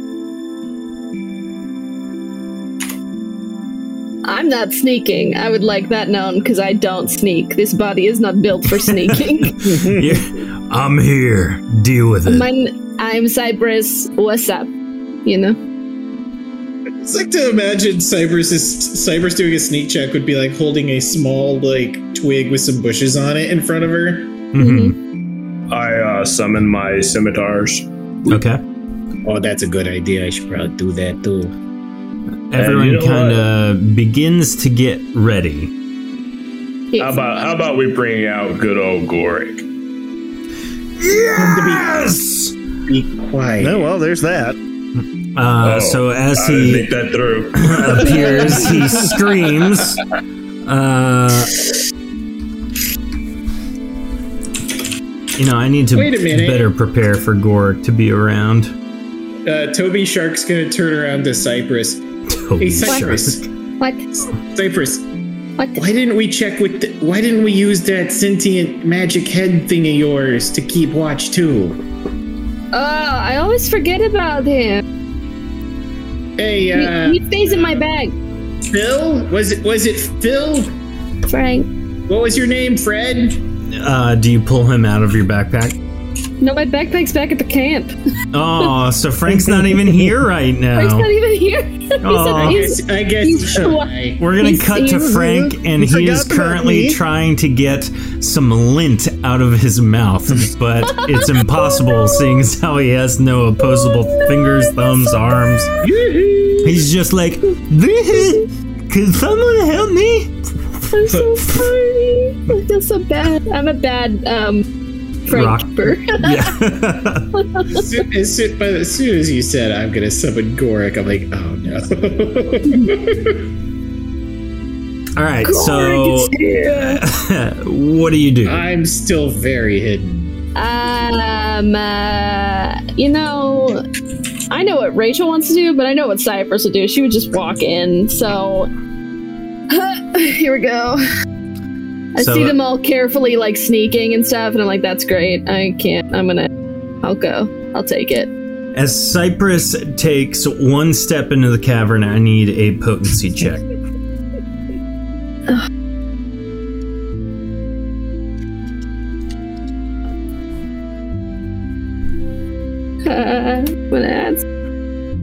S4: I'm not sneaking. I would like that known because I don't sneak. This body is not built for sneaking.
S2: You're- I'm here. Deal with it.
S4: Mine, I'm Cypress. What's up? You know?
S1: It's like to imagine Cybers is Cybers doing a sneak check would be like holding a small like twig with some bushes on it in front of her.
S2: Mhm.
S5: I uh, summon my scimitars.
S2: Okay.
S1: Oh, that's a good idea. I should probably do that too.
S2: Everyone
S5: know
S2: kind of begins to get ready.
S5: How about how about we bring out good old Gorik?
S2: Yes.
S1: Be quiet.
S8: No, well, there's
S2: Uh,
S8: that.
S5: Oh,
S2: so as
S5: I
S2: he
S5: didn't think that through.
S2: appears. He screams. Uh, you know, I need to
S1: Wait a minute.
S2: better prepare for Gork to be around.
S1: Uh, Toby Shark's gonna turn around to Cypress.
S2: Holy
S1: Hey,
S2: shark.
S1: Cypress.
S4: What?
S1: Cypress.
S4: What?
S1: Why didn't we check with? The, why didn't we use that sentient magic head thing of yours to keep watch too?
S4: Oh, I always forget about him.
S1: Hey,
S4: He-
S1: uh,
S4: He, stays in my bag.
S1: Phil? Was it? Was it Phil?
S4: Frank.
S1: What was your name, Fred?
S2: Uh, do you pull him out of your backpack?
S4: No, my backpack's back at the camp.
S2: Oh, so Frank's not even here right
S4: Frank's not
S2: now.
S4: even here. he's
S2: Aw.
S4: at, he's,
S1: I guess.
S4: he's-
S1: Shy.
S2: We're gonna
S4: He's-
S2: cut to
S4: he's-
S2: Frank, and
S8: he
S2: he is
S8: forgot about
S2: currently
S8: me.
S2: trying to get some lint out of his mouth, but it's impossible, seeing as how he has no opposable fingers, thumbs, arms. He's just like, can someone help me?
S4: I'm so sorry. I feel so bad. I'm a bad um
S2: Rock.
S4: Frank Burr.
S2: Yeah.
S1: As soon, as, soon, but as soon as you said I'm gonna summon Gorik, I'm like, oh no.
S2: All right. So, what do you do?
S1: I'm still very hidden.
S4: Um, uh, you know, I know what Rachel wants to do, but I know what Cypress would do. She would just walk in. So here we go. I
S2: So,
S4: see
S2: uh,
S4: them all carefully like sneaking and stuff, and I'm like, that's great. I can't. I'm gonna. I'll go. I'll take it.
S2: As Cypress takes one step into the cavern, I need a potency check.
S4: Uh, when that's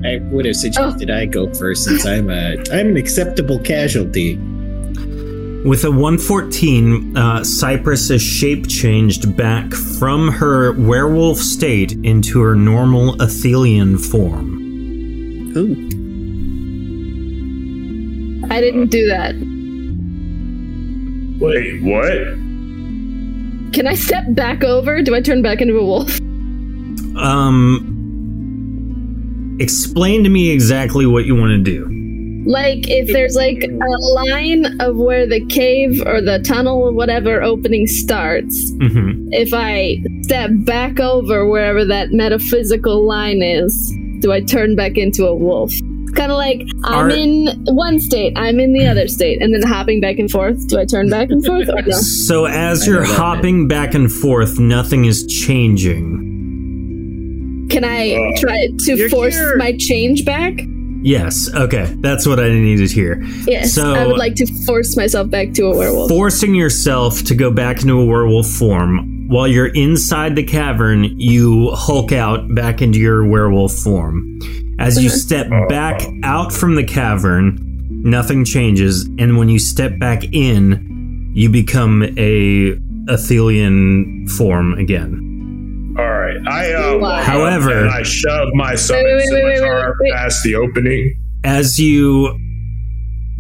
S1: I would have suggested I go first since I'm a I'm an acceptable casualty.
S2: With a 114, uh, Cypress is shape changed back from her werewolf state into her normal Athelian form.
S8: Ooh.
S4: I didn't do that.
S5: Wait, what?
S4: Can I step back over? Do I turn back into a wolf?
S2: Um, explain to me exactly what you want to do.
S4: Like if there's like a line of where the cave or the tunnel or whatever opening starts,
S2: hmm
S4: if I step back over wherever that metaphysical line is, do I turn back into a wolf? kind of like I'm
S2: Are-
S4: in one state, I'm in the other state, and then hopping back and forth. Do I turn back and forth or no?
S2: So as you're hopping back and forth, nothing is changing.
S4: Can I try to
S8: You're
S4: force
S8: cured.
S4: my change back?
S2: Yes, okay, that's what I needed here.
S4: Yes,
S2: So-
S4: I would like to force myself back to a werewolf.
S2: Forcing yourself to go back into a werewolf form. While you're inside the cavern, you hulk out back into your werewolf form. As you step back out from the cavern, nothing changes, and when you step back in, you become a Athelian form again.
S5: All right. I um,
S4: Wow.
S2: However-
S5: and I shove myself
S4: Wait, wait,
S5: into
S4: wait, wait, wait,
S5: my car
S4: wait.
S5: past the opening.
S2: As you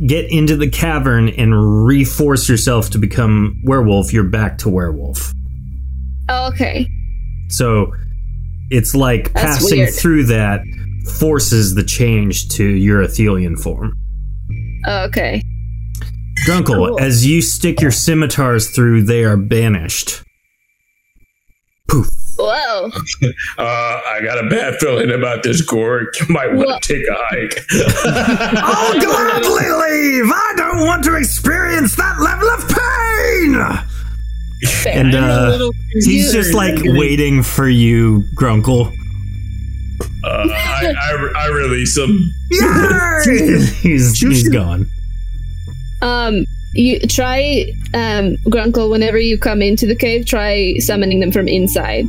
S2: get into the cavern and reforce yourself to become werewolf, you're back to werewolf.
S4: Oh, okay,
S2: So it's like
S4: That's
S2: passing
S4: weird.
S2: through that forces the change to your Athelian form.
S4: okay.
S2: Drunkle,
S4: Cool.
S2: as you stick your scimitars through, they are banished. Poof.
S4: Whoa.
S5: Uh, I got a bad feeling about this, Gorg. You might
S4: Well-
S5: want to take a hike.
S4: Oh,
S3: I'll gladly leave! Oh, I don't want to experience that level of pain!
S2: And uh, he's just like waiting for you, Grunkle.
S5: Uh, I, I, I release him.
S2: he's, he's gone.
S4: Um, you try, um, Grunkle, whenever you come into the cave, try summoning them from inside.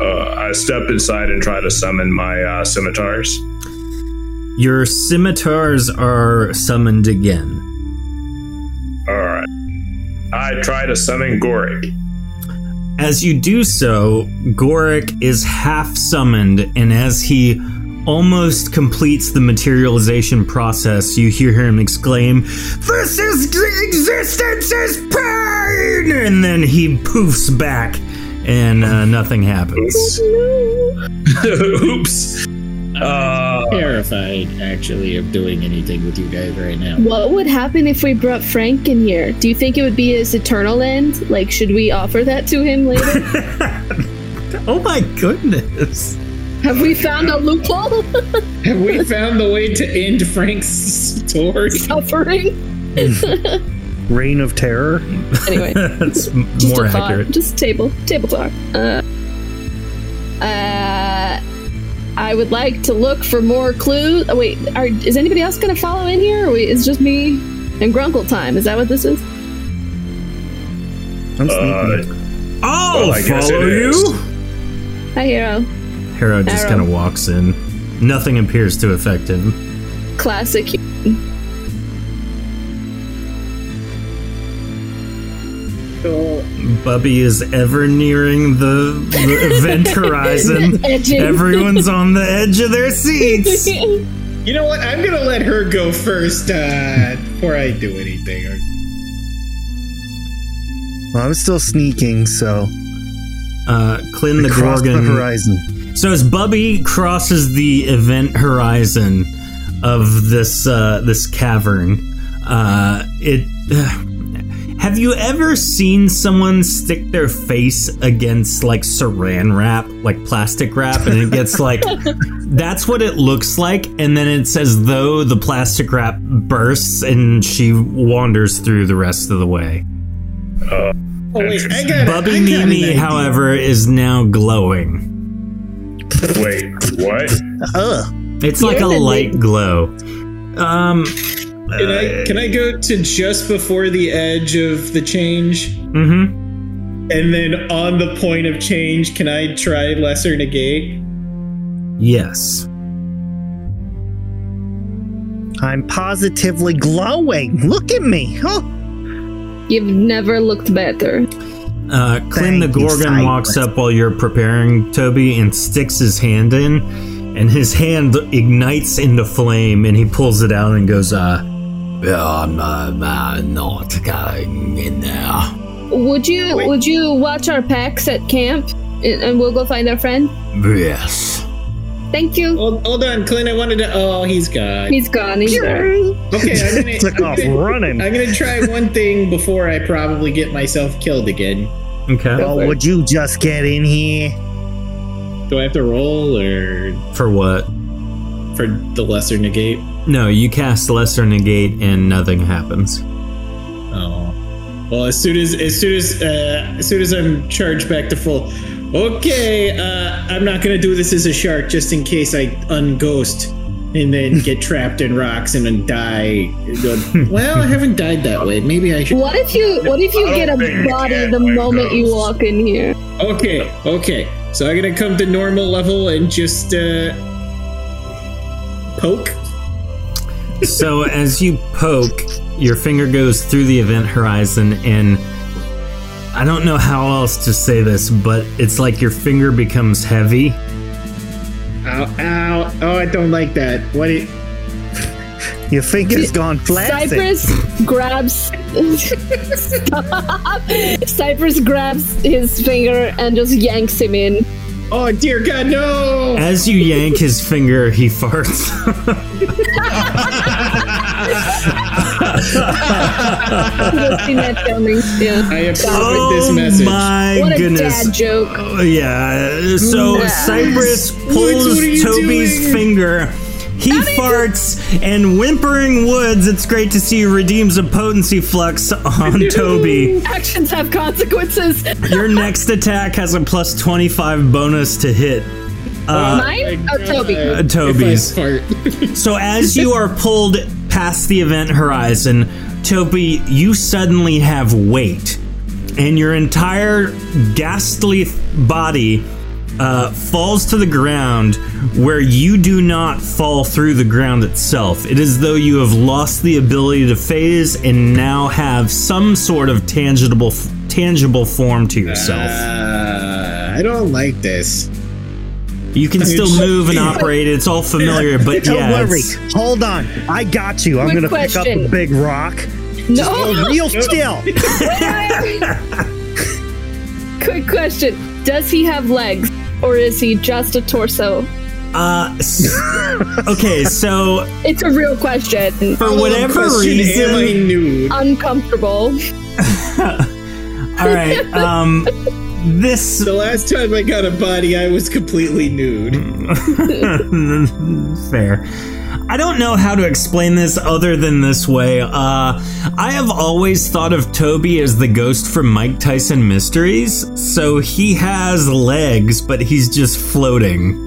S5: Uh, I step inside and try to summon my uh, scimitars.
S2: Your scimitars are summoned again.
S5: All right. I try to summon Gorik.
S2: As you do so, Gorik is half summoned, and as he almost completes the materialization process, you hear him exclaim, This is existence is pain! And then he poofs back, and uh, nothing happens.
S5: Oops. Uh,
S9: terrified actually of doing anything with you guys right now.
S4: What would happen if we brought Frank in here? Do you think it would be his eternal end? Like, should we offer that to him later?
S2: Oh my goodness.
S4: Have we found a loophole?
S9: Have we found the way to end Frank's story?
S4: Suffering?
S8: Hmm. Reign of Terror.
S4: Anyway.
S2: That's m-
S4: just
S2: more
S4: a thought.
S2: accurate.
S4: Just table table talk. Uh, uh, I would like to look for more clues. Oh, wait, are, is anybody else going to follow in here? Or wait, it's just me and Grunkle time. Is that what this is?
S8: I'm
S5: uh,
S8: sneaking.
S2: I'll
S5: Well, I guess
S2: follow
S5: it is.
S2: you!
S4: Hi, Hero.
S2: Hera just
S4: Hera.
S2: kind of walks in. Nothing appears to affect him.
S4: Classic.
S2: Bubby is ever nearing the, the event horizon.
S4: Edging.
S2: Everyone's on the edge of their seats.
S1: You know what? I'm gonna let her go first uh, before I do anything. Or
S8: Well, I'm still sneaking, so
S2: Uh, Clint the
S8: across
S2: Gorgon.
S8: the horizon.
S2: so as Bubby crosses the event horizon of this uh, this cavern, uh, it. have you ever seen someone stick their face against like saran wrap, like plastic wrap, and it gets like that's what it looks like, and then it's as though the plastic wrap bursts and she wanders through the rest of the way.
S1: oh wait, I got. I
S2: Bubby
S1: got an
S2: Mimi,
S1: idea.
S2: however, is now glowing.
S5: Wait, what?
S8: Ugh.
S2: It's like a
S4: You're the
S2: light glow. Um,
S1: Can I, can I go to just before the edge of the change?
S2: mhm.
S1: And then on the point of change, can I try lesser negate?
S2: yes.
S8: I'm positively glowing. Look at me. Oh,
S4: You've never looked better.
S2: Uh, Clint
S8: Thank
S2: the
S8: you,
S2: Gorgon
S8: Sideways.
S2: walks up while you're preparing Toby and sticks his hand in, and his hand ignites into flame, and he pulls it out and goes, uh, I'm uh, uh, not going in there.
S4: Would you would you watch our packs at camp, and, and we'll go find our friend?
S2: Yes.
S4: Thank you.
S9: Hold, hold on, Clint. I wanted to. Oh, he's gone.
S4: He's gone. He's there.
S9: Okay, I'm gonna,
S8: took
S9: I'm
S8: off
S9: gonna-
S8: running.
S9: I'm gonna try one thing before I probably get myself killed again.
S2: Okay.
S8: Oh, would you just get in here
S9: Do I have to roll or
S2: For what?
S1: for the lesser negate.
S2: No, you cast Lesser Negate and nothing happens.
S1: Oh. Well, as soon as as soon as uh, as soon as I'm charged back to full, okay. Uh, I'm not gonna do this as a shark just in case I unghost and then get trapped in rocks and then die. Well, I haven't died that way. Maybe I should.
S4: What if you what if you
S5: I don't
S4: get a
S5: think you
S4: body
S5: can
S4: the
S5: play
S4: moment you
S5: ghosts.
S4: walk in here?
S1: Okay, okay. So I'm gonna come to normal level and just uh, poke.
S2: so as you poke, your finger goes through the event horizon, and I don't know how else to say this, but it's like your finger becomes heavy.
S1: Ow, ow. Oh, I don't like that. What? do you-
S8: Your finger's gone flaccid.
S4: Cypress grabs Stop. Cypress grabs his finger and just yanks him in.
S1: Oh dear God, no!
S2: As you yank his finger, he farts.
S4: You don't see that coming. Yeah.
S1: I approve
S2: oh
S1: with this message.
S2: my
S4: What a
S2: goodness!
S4: dad Mm-hmm. joke.
S2: Oh, yeah. So
S4: Nah.
S2: Cypress
S1: Woods,
S2: pulls
S1: what are you
S2: Toby's
S1: doing?
S2: finger. He farts, and Whimpering Woods, it's great to see you redeems a potency flux on Toby.
S4: Actions have consequences.
S2: Your next attack has a plus 25 bonus to hit.
S4: Mine? Oh, Toby.
S2: Uh, Toby's.
S1: If I fart.
S2: So as you are pulled past the event horizon, Toby, you suddenly have weight, and your entire ghastly body uh, falls to the ground, where you do not fall through the ground itself. It is though you have lost the ability to phase and now have some sort of tangible tangible form to yourself.
S1: Uh, I don't like this.
S2: you can still
S1: it's-
S2: move and operate. It's all familiar, but
S8: Don't
S2: yeah,
S8: worry.
S2: it's-
S8: Hold on. I got you. I'm
S4: Quick
S8: going to pick up
S4: question. Oh,
S8: a big rock.
S4: No.
S8: Real still.
S4: Quick question. Does he have legs? Or is he just a torso?
S2: uh, s- okay. So
S4: It's a real question.
S2: for whatever
S1: Question, am I
S2: reason.
S1: nude?
S4: Uncomfortable.
S2: All right. Um, this
S1: The last time I got a body, I was completely nude.
S2: fair. I don't know how to explain this other than this way. Uh, I have always thought of Toby as the ghost from Mike Tyson Mysteries. So he has legs, but he's just floating.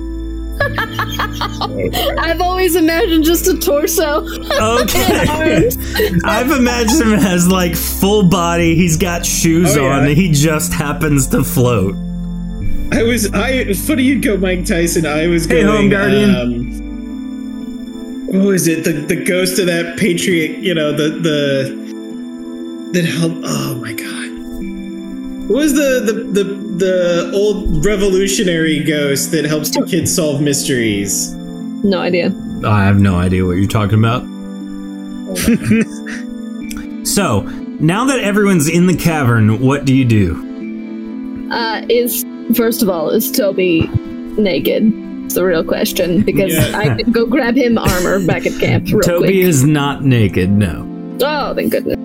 S4: I've always imagined just a torso.
S2: Okay.
S4: And arms.
S2: I've imagined him as like full body. He's got shoes
S1: Oh, yeah.
S2: on. and He just happens to float.
S1: I was. I. it's Funny you'd go, Mike Tyson. I was
S2: Hey,
S1: going.
S2: Home Guardian.
S1: Um, what was it? The the ghost of that patriot. You know the the that helped. Oh my god. What was the, the the the old revolutionary ghost that helps the kids solve mysteries?
S4: No idea.
S2: I have no idea what you're talking about. so, now that everyone's in the cavern, what do you do?
S4: Uh, is first of all, is Toby naked? It's the real question because
S1: Yeah.
S4: I could go grab him armor back at camp real
S2: Toby
S4: quick.
S2: is not naked, no.
S4: oh, thank goodness!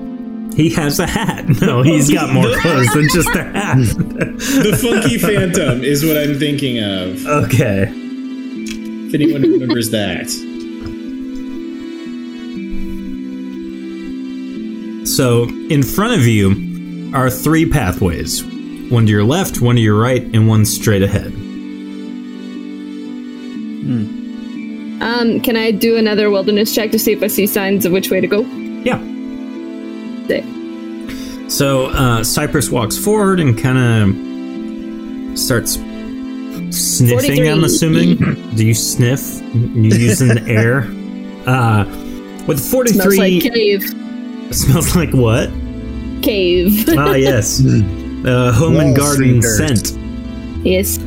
S2: He has a hat. No, he's got more clothes than just a hat.
S1: The funky phantom is what I'm thinking of.
S2: okay.
S1: If anyone remembers that.
S2: So, in front of you are three pathways one to your left, one to your right, and one straight ahead.
S4: Um, can I do another wilderness check to see if I see signs of which way to go?
S2: Yeah.
S4: Sick.
S2: So uh, Cypress walks forward and kind of starts sniffing. I'm
S4: 43.
S2: assuming. Do you sniff? You use in the air. Uh, with
S4: Smells
S2: 43,
S4: like cave.
S2: smells like what?
S4: Cave.
S2: Ah, yes, uh, home and
S8: Wall
S2: garden
S8: Street dirt.
S2: scent.
S4: yes.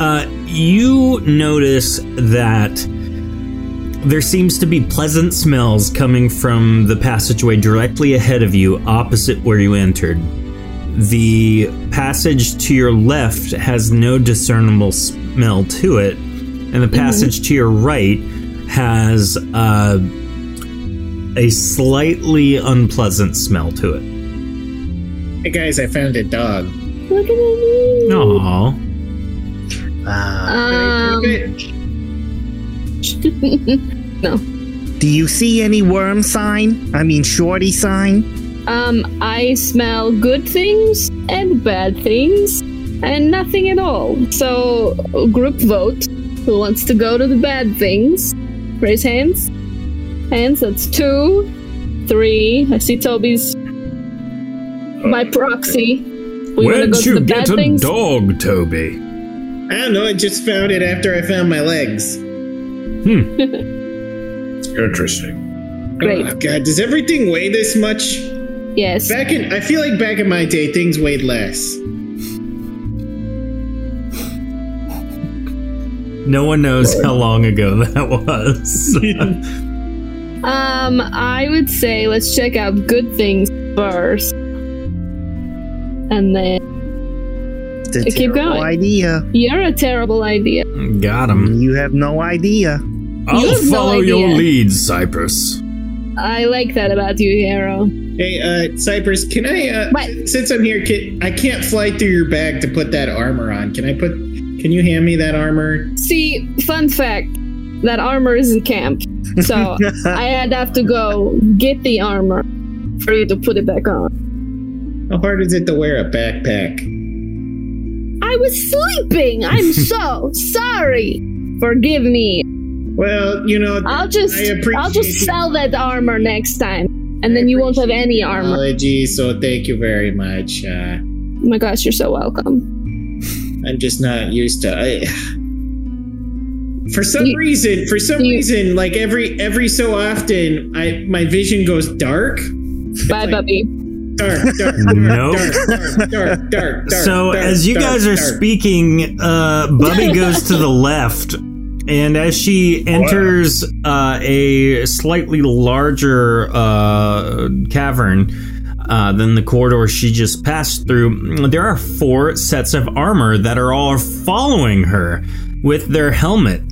S2: Uh, you notice that there seems to be pleasant smells coming from the passageway directly ahead of you, opposite where you entered. The passage to your left has no discernible smell to it, and
S4: Mm-hmm.
S2: the passage to your right has uh, a slightly unpleasant smell to it.
S1: Hey guys, I found a dog.
S4: Look at me.
S2: Aww.
S8: Ah,
S4: Um, much.
S8: Do you see any worm sign? I mean, shorty sign?
S4: Um, I smell good things and bad things and nothing at all. So, group vote. Who wants to go to the bad things? Raise hands. Hands, that's two, three. I see Toby's. My proxy. We wanna
S10: Where'd
S4: go to
S10: you
S4: the bad
S10: get a
S4: things?
S10: dog, Toby?
S1: I don't know. I just found it after I found my legs.
S5: Interesting.
S4: Great.
S1: Oh, God, does everything weigh this much?
S4: Yes.
S1: Back in, I feel like back in my day, things weighed less.
S2: No one knows how long ago that was.
S4: Um, I would say let's check out good things first. And then
S8: It's a
S4: Keep
S8: terrible
S4: going.
S8: idea.
S4: you're a terrible idea.
S2: Got him.
S8: You have no idea.
S10: I'll
S4: have no
S10: follow your
S4: idea.
S10: lead, Cypress.
S4: I like that about you, Hero.
S1: Hey, uh, Cypress, can I? Uh,
S4: What?
S1: Since I'm here, can, I can't fly through your bag to put that armor on. Can I put? Can you hand me that armor?
S4: See, fun fact that armor is in camp. So I'd have to go get the armor for you to put it back on.
S1: How hard is it to wear a backpack?
S4: I was sleeping! I'm so sorry! Forgive me.
S1: Well, you know,
S4: I'll just
S1: I appreciate
S4: I'll just
S1: you.
S4: sell that armor next time. And then you won't have any armor.
S1: Apology, so thank you very much. Uh,
S4: Oh my gosh, you're so welcome.
S1: I'm just not used to. I, for some
S4: You-
S1: reason, for some
S4: you-
S1: reason, like every every so often, I my vision goes dark,
S4: Bye,
S1: like-
S4: Bubby.
S1: dark, dark, dark,
S2: Nope.
S1: dark, dark, dark, dark, dark.
S2: So
S1: dark,
S2: as you
S1: dark,
S2: guys are
S1: dark.
S2: speaking, uh, Bubby goes to the left, and as she enters uh, a slightly larger uh, cavern uh, than the corridor she just passed through, there are four sets of armor that are all following her with their helmet.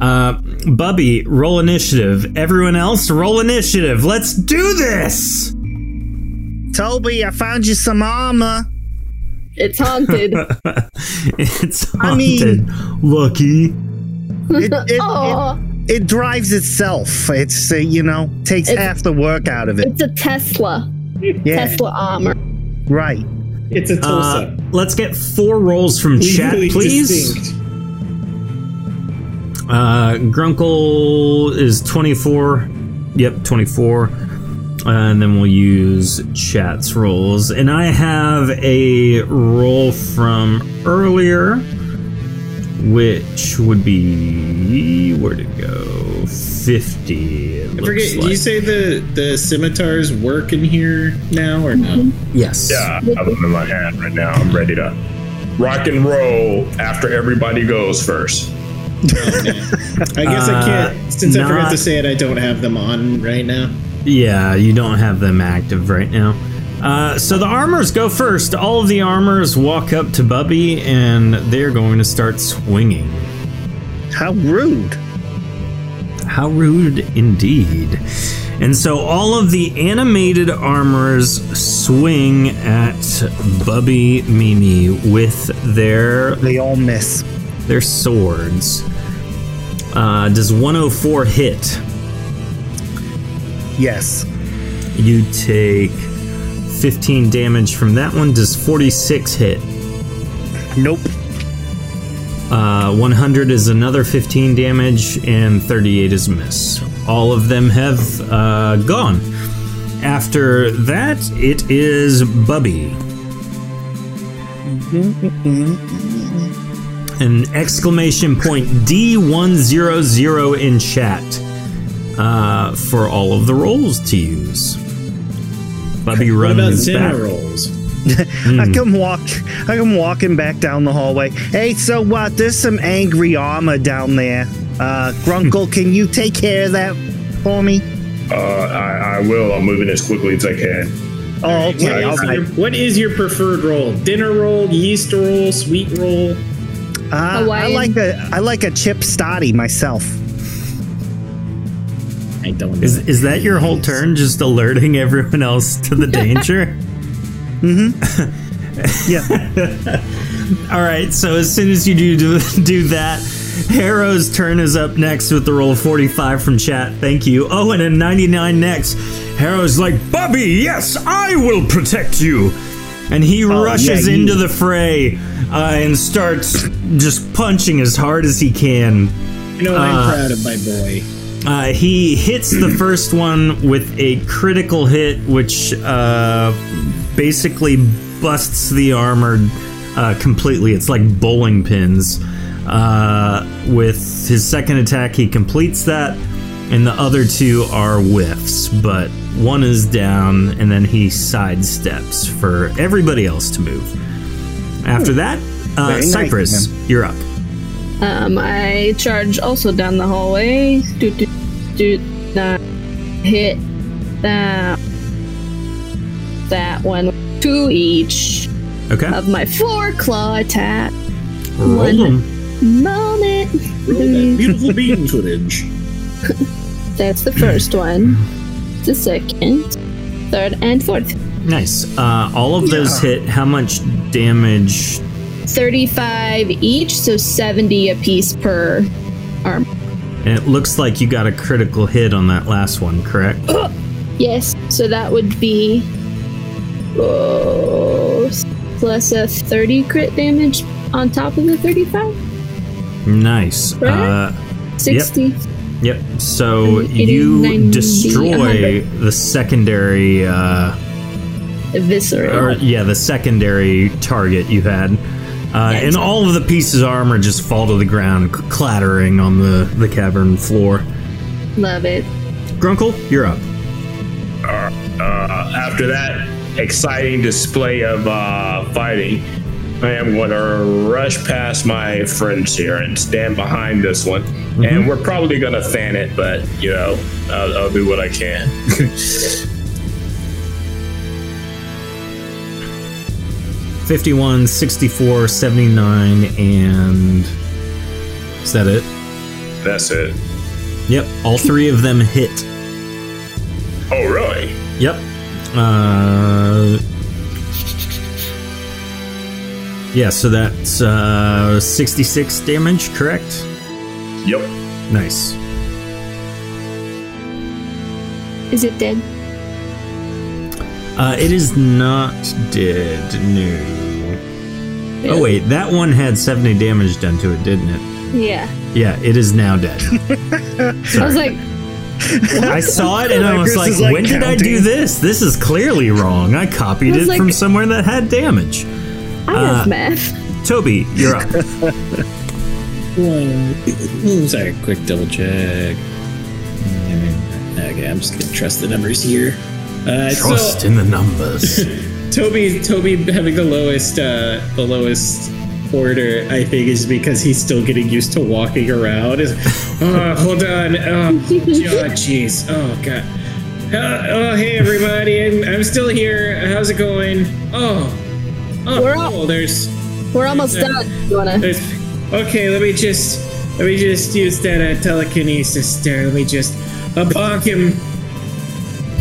S2: Uh, Bubby, roll initiative. Everyone else, roll initiative. Let's do this.
S8: Toby, I found you some armor.
S4: It's haunted.
S2: it's
S8: I mean-
S2: haunted. Lucky.
S8: It, it, it,
S4: oh,
S8: it drives itself. It's, uh, you know, takes
S4: It's-
S8: half the work out of it.
S4: it's a Tesla.
S8: Yeah,
S4: Tesla armor.
S8: right.
S1: it's a
S2: Uh,
S1: Tulsa.
S2: let's get four rolls from chat,
S1: Legally
S2: please.
S1: distinct.
S2: Uh, Grunkle is 24. Yep, 24. Uh, and then we'll use chat's rolls. And I have a roll from earlier, which would be. Where'd it go? 50. it
S1: I forget.
S2: looks
S1: Do you
S2: like.
S1: say the the scimitars work in here now or no?
S2: Yes.
S5: Yeah, I have them in my hand right now. I'm ready to rock and roll after everybody goes first.
S1: I guess I
S2: Uh,
S1: can't. Since I forgot
S2: not-
S1: to say it, I don't have them on right now.
S2: Yeah, you don't have them active right now. Uh, so the armors go first. All of the armors walk up to Bubby, and they're going to start swinging.
S8: How rude.
S2: How rude indeed. And so all of the animated armors swing at Bubby Mimi with their
S8: They all miss.
S2: their swords. Uh, does 104 hit?
S8: Yes.
S2: You take 15 damage from that one. Does 46 hit?
S8: Nope.
S2: Uh, 100 is another 15 damage, and 38 is miss. All of them have uh, gone. After that, it is Bubby. An exclamation point D100 in chat uh, for all of the rolls to use. Bubby
S1: What about
S2: runs back.
S1: Xena rolls?
S8: I come walk. I come walking back down the hallway. Hey, so what? There's some angry armor down there. Uh, Grunkle, can you take care of that for me?
S5: Uh, I, I will. I'm moving as quickly as I can.
S8: Oh,
S1: What
S8: okay. All
S1: is your-
S8: right.
S1: what is your preferred roll? Dinner roll, yeast roll, sweet roll?
S8: Uh, I
S4: Hawaiian.
S8: like a I like a chip stoddy myself.
S1: I don't know.
S2: Is, is that your whole turn? Just alerting everyone else to the danger?
S8: Yeah.
S2: All right. So as soon as you do do, do that, Harrow's turn is up next with the roll 45 from chat. Thank you. Oh, and a 99 next. Harrow's like, Bubby, yes, I will protect you. And he rushes
S8: Oh, yeah, you-
S2: into the fray uh, and starts just punching as hard as he can.
S1: You know, I'm proud of my boy.
S2: Uh, he hits the first one with a critical hit, which uh, basically busts the armor uh, completely. It's like bowling pins. Uh, with his second attack, he completes that, and the other two are whiffs, but one is down, and then he sidesteps for everybody else to move. After that, uh,
S8: Hmm. Very nice of
S2: Cypress, you're up.
S4: Um, I charge also down the hallway. Do do do not hit that that one. Two each
S2: Okay.
S4: of my four claw attack.
S2: Roll
S4: one.
S2: 'em.
S4: Moment.
S1: Roll that beautiful bean footage.
S4: That's the first one. The second, third, and fourth.
S2: Nice. Uh, all of those hit. How much damage?
S4: Thirty-five each, so seventy apiece per arm.
S2: And it looks like you got a critical hit on that last one, correct?
S4: Yes, so that would be oh, plus a 30 crit damage on top of the 35?
S2: Nice. Uh,
S4: 60?
S2: yep. So
S4: Eighty,
S2: you
S4: ninety,
S2: destroy
S4: 100.
S2: the secondary, uh,
S4: Eviscerate.
S2: or yeah, the secondary target you had, uh, and all of the pieces of armor just fall to the ground, c- clattering on the the cavern floor.
S4: Love it.
S2: Grunkle, you're up.
S5: Uh, after that exciting display of uh, fighting, I am going to rush past my friends here and stand behind this one. And we're probably going to fan it, but you know, I'll, I'll do what I can.
S2: Fifty-one, sixty-four, seventy-nine, and is that it?
S5: That's it.
S2: Yep, all three of them hit.
S5: Oh, really?
S2: Yep. Uh, yeah, so that's uh, 66 damage, correct?
S5: Yep.
S2: Nice.
S4: Is it dead?
S2: Uh, it is not dead, no. Oh, wait, that one had 70 damage done to it, didn't it?
S4: Yeah.
S2: Yeah, it is now dead.
S4: I was like,
S2: I saw it and I was
S8: Chris
S2: like,
S8: is, like,
S2: when did I do
S8: counting.
S2: this? This is clearly wrong. I copied
S4: I was
S2: it
S4: like-
S2: from somewhere that had damage.
S4: I
S2: Uh,
S4: have math.
S2: Toby, you're up.
S1: One. ooh, Sorry, quick double check. Mm, Okay, I'm just gonna trust the numbers here. Uh,
S2: Trust
S1: so
S2: in the numbers.
S1: Toby, Toby having the lowest, uh, the lowest order, I think, is because he's still getting used to walking around. Is, oh, hold on. Oh, oh, jeez. Oh, god. Uh, oh, hey everybody. I'm, I'm still here. How's it going? Oh, oh,
S4: We're up.
S1: cool. There's
S4: We're almost done. You wanna?
S1: there's- okay, let me just let me just use that uh, telekinesis there. Let me just uh, bonk him.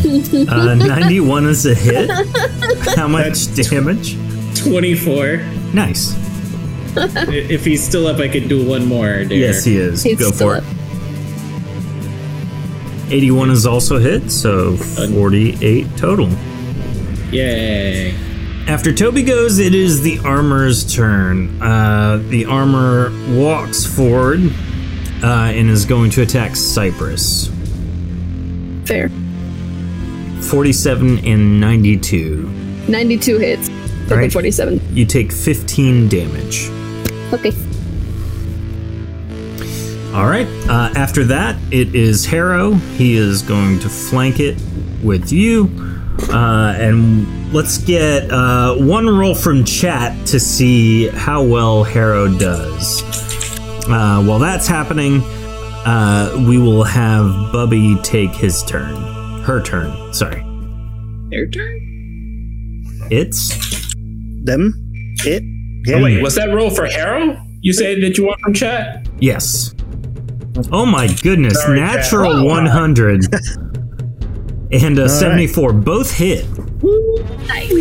S2: Uh, 91 is a hit. How much damage?
S1: Twenty-four.
S2: Nice.
S1: I- if he's still up, I could do one more. There.
S2: Yes, he is.
S4: He's
S2: Go for it.
S4: still up.
S2: 81 is also hit, so 48 total.
S1: Yay!
S2: After Toby goes, it is the armor's turn. Uh, the armor walks forward uh, and is going to attack Cypress.
S4: Fair.
S2: 47 and 92.
S4: 92 hits. Okay,
S2: Right.
S4: 47.
S2: You take 15 damage.
S4: Okay.
S2: All right. Uh, after that, it is Harrow. He is going to flank it with you, uh, and let's get uh, one roll from chat to see how well Harrow does. Uh, while that's happening, uh, we will have Bubby take his turn, her turn. Sorry,
S1: Their turn.
S2: it's
S8: Them? It? Him?
S5: Oh, wait, was that roll for Harrow? You say that you want from chat?
S2: yes. Oh my goodness!
S5: Sorry, chat.
S2: Natural one hundred and a seventy-four, both hit.
S4: Nice.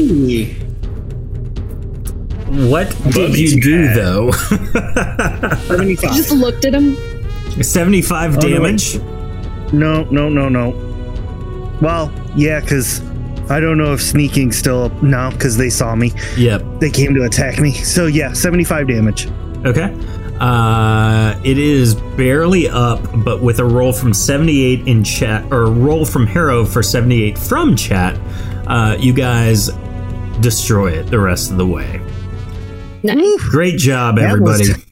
S2: What did you do though?
S4: I just looked at him.
S2: 75
S8: no,
S2: damage.
S8: No, no, no, no. Well, yeah, because I don't know if sneaking still no, because they saw me.
S2: Yep.
S8: They came to attack me. So yeah, seventy-five damage.
S2: Okay. Uh, it is barely up, but with a roll from 78 in chat, or a roll from Harrow for 78 from chat, uh, you guys destroy it the rest of the way.
S4: Nice.
S2: Great job,
S8: That was-
S2: everybody.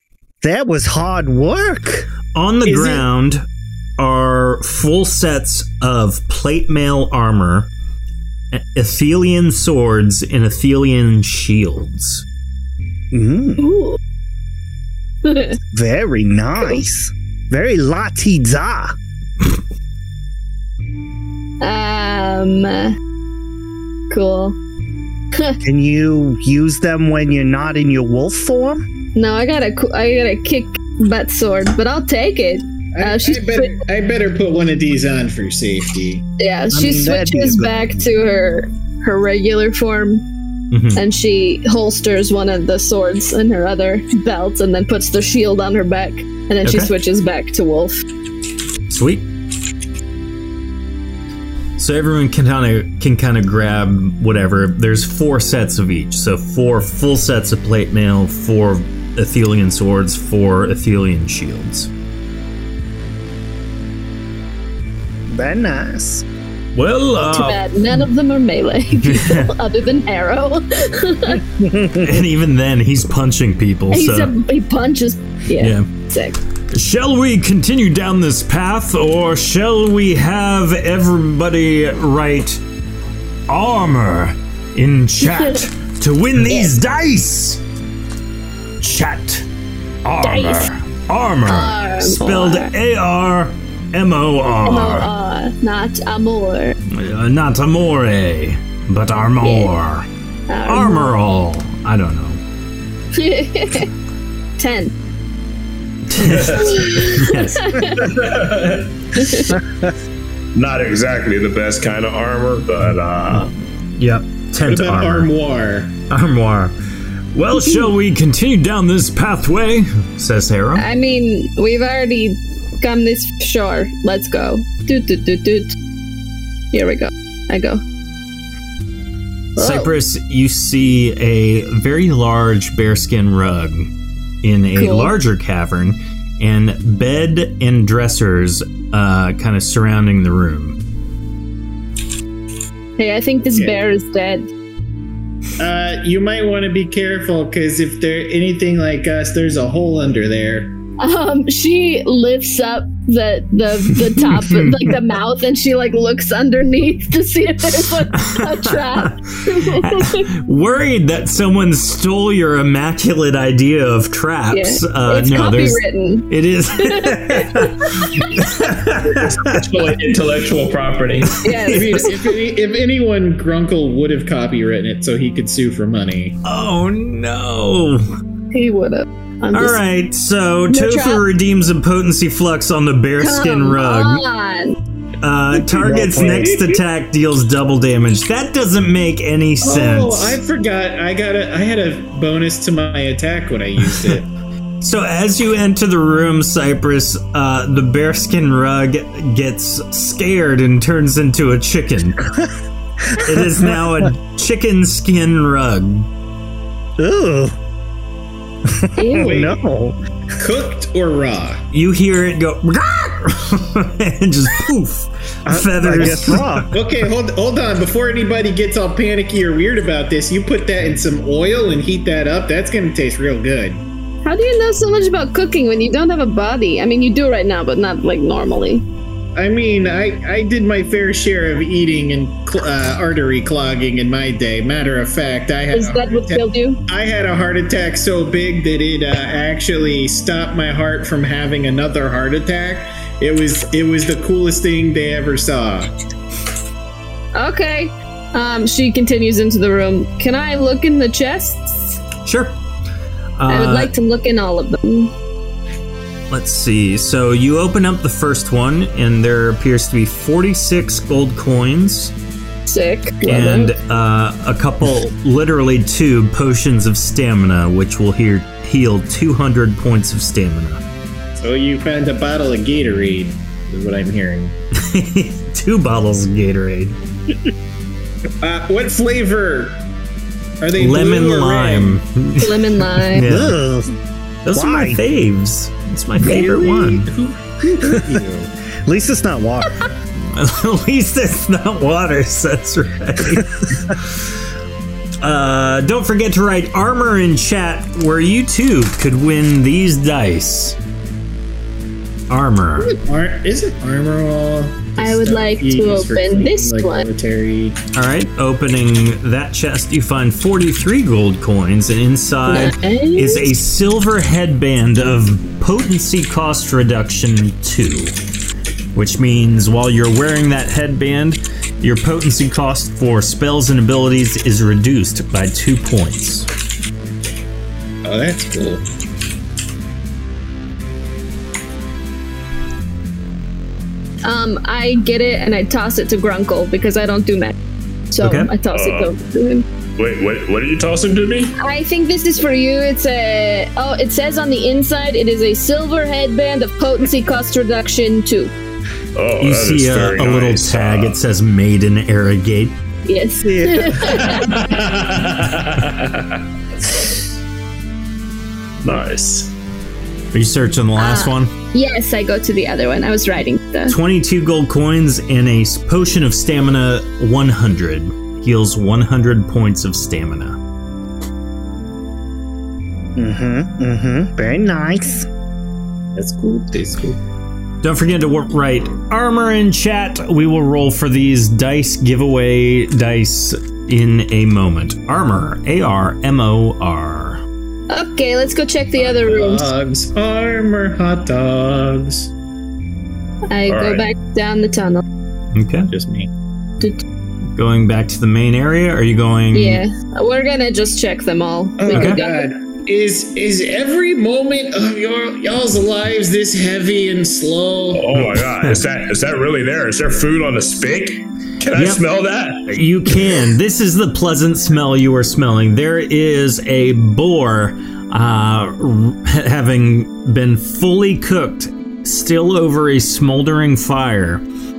S8: That was hard work.
S2: On the
S1: Is it-
S2: ground are full sets of plate mail armor, e-, Athelian swords, and Athelian shields.
S8: Mm,
S4: Ooh.
S8: very nice. Very latiza.
S4: um. uh, Cool.
S8: Can you use them when you're not in your wolf form?
S4: No, I got a coo- I got a kick butt sword, but I'll take it.
S1: I,
S4: Uh, she's
S1: I better, I better put one of these on for safety.
S4: Yeah, she
S8: mean, that'd be a
S4: switches
S8: good
S4: back to her her regular form
S2: Mhm.
S4: and she holsters one of the swords in her other belt and then puts the shield on her back and then she
S2: Okay.
S4: switches back to wolf.
S2: Sweet. So everyone can kind of can kind of grab whatever. There's four sets of each, so four full sets of plate mail, four Athelian swords, four Athelian shields.
S8: Very nice.
S2: Well,
S4: Too
S8: Oh.
S2: uh,
S4: bad none of them are melee people other than Arrow.
S2: and even then, he's punching people.
S4: He's
S2: so
S4: a he punches. Yeah,
S2: yeah.
S4: sick.
S2: Shall we continue down this path, or shall we have everybody write armor in chat to win these dice? Chat. Armor.
S4: Dice.
S2: Armor.
S4: Armor.
S2: Spelled A R M O R.
S4: Amor, uh, not Amor.
S2: Uh, Not amore, but armor. Armor all. I don't know.
S4: Ten.
S2: Yes.
S5: Not exactly the best kind of armor, but uh,
S2: Yep.
S1: What
S2: Tent
S1: about
S2: armor.
S1: armoire?
S2: Armoire. Well, shall we continue down this pathway? Says Hera.
S4: I mean, we've already come this far. Let's go. Doot doot doot doot. Here we go. I go. Oh. Whoa.
S2: Cypress, you see a very large bearskin rug in a
S4: Cool.
S2: larger cavern, and bed and dressers uh, kind of surrounding the room.
S4: Hey, I think this
S1: Okay.
S4: bear is dead.
S1: Uh, you might want to be careful because if they're anything like us, there's a hole under there.
S4: Um, she lifts up the the the top, like the mouth, and she like looks underneath to see if there's like, a trap.
S2: Worried that someone stole your immaculate idea of traps. Uh,
S4: it's
S2: no, there's.
S4: copywritten.
S2: It is.
S5: Oh,
S9: Intellectual property.
S1: I
S4: Yes.
S1: mean, if, any, if anyone, Grunkle would have copywritten it so he could sue for money.
S2: oh no.
S4: he would have. I'm
S2: All
S4: just
S2: right, so Tofu
S4: trap.
S2: redeems a potency flux on the bearskin
S4: Come
S2: rug.
S4: on.
S2: Uh, target's next attack deals double damage. That doesn't make any sense.
S1: Oh, I forgot. I got a. I had a bonus to my attack when I used it.
S2: So as you enter the room, Cypress, uh, the bearskin rug gets scared and turns into a chicken. it is now a chicken skin rug.
S8: Ooh,
S4: Ew.
S1: Wait,
S8: no.
S1: cooked or raw?
S2: You hear it go and just poof,
S8: Uh, I
S2: feathers.
S8: guess raw.
S1: Okay, hold hold on. Before anybody gets all panicky or weird about this, you put that in some oil and heat that up. That's gonna taste real good.
S4: How do you know so much about cooking when you don't have a body? I mean, you do right now, but not like normally.
S1: I mean, I, I did my fair share of eating and cl- uh, artery clogging in my day. Matter of fact, I had
S4: Is
S1: a
S4: that
S1: heart
S4: what
S1: attack-
S4: killed you?
S1: I had a heart attack so big that it uh, actually stopped my heart from having another heart attack. It was it was the coolest thing they ever saw.
S4: Okay. Um, she continues into the room. Can I look in the chests?
S2: Sure.
S4: I would
S2: Uh,
S4: like to look in all of them.
S2: Let's see. So you open up the first one, and there appears to be 46 gold coins,
S4: sick.
S2: and uh, a couple, literally two potions of stamina, which will hear, heal 200 points of stamina.
S1: So Oh, you found a bottle of Gatorade, is what I'm hearing.
S2: two bottles of Gatorade,
S1: Uh, what flavor? Are they
S2: lemon
S1: blue or
S2: lime.
S4: Lemon lime.
S2: Yeah.
S8: Ugh.
S2: Those are my
S8: Why?
S2: faves. It's my favorite one.
S8: At least it's not water.
S2: At least it's not water, so that's right. uh, don't forget to write armor in chat where you too could win these dice. Armor.
S1: red? Ar- is it armor wall? The
S4: I would
S1: stuff
S4: like
S1: you
S4: to
S1: use for
S4: open
S1: cleaning,
S4: this
S1: like
S4: one.
S1: Military.
S2: All right, opening that chest, you find 43 gold coins, and inside
S4: Nice.
S2: is a silver headband of potency cost reduction 2, which means while you're wearing that headband, your potency cost for spells and abilities is reduced by 2 points.
S1: Oh, that's cool.
S4: Um, I get it and I toss it to Grunkle because I don't do magic. So
S2: Okay.
S4: I toss it
S5: Uh.
S4: over to him.
S5: Wait, what, what are you tossing to me?
S4: I think this is for you. It's a oh, it says on the inside it is a silver headband of potency cost reduction two.
S5: Oh,
S2: You
S5: that is
S2: see a,
S5: very
S2: a little
S5: nice.
S2: tag,
S5: Uh,
S2: it says Made in Arrogate.
S4: Yes.
S5: nice.
S2: Are you searching the last one?
S4: Yes, I go to the other one. I was writing the
S2: 22 gold coins and a s- potion of stamina 100 heals 100 points of stamina
S8: Mm-hmm. Mm-hmm. Very nice.
S1: That's cool. That's cool.
S2: don't forget to wa- write armor in chat we will roll for these dice giveaway dice in a moment armor a-r-m-o-r
S4: Okay, let's go check the other rooms.
S2: Uh,
S1: Dogs, armor, hot dogs.
S4: I
S5: all
S4: go
S5: right.
S4: back down the tunnel.
S2: Mm-hmm. okay
S1: Just me.
S2: going back to the main area are you going
S4: Yeah. We're gonna just check them all. We
S2: Okay.
S4: could go-
S1: God, is is every moment of your y'all's lives this heavy and slow?
S5: Oh my god, is that is that really there? Is there food on the spick? Can I
S2: Yep.
S5: smell that?
S2: You can. This is the pleasant smell you are smelling. There is a boar uh, r- having been fully cooked, still over a smoldering fire,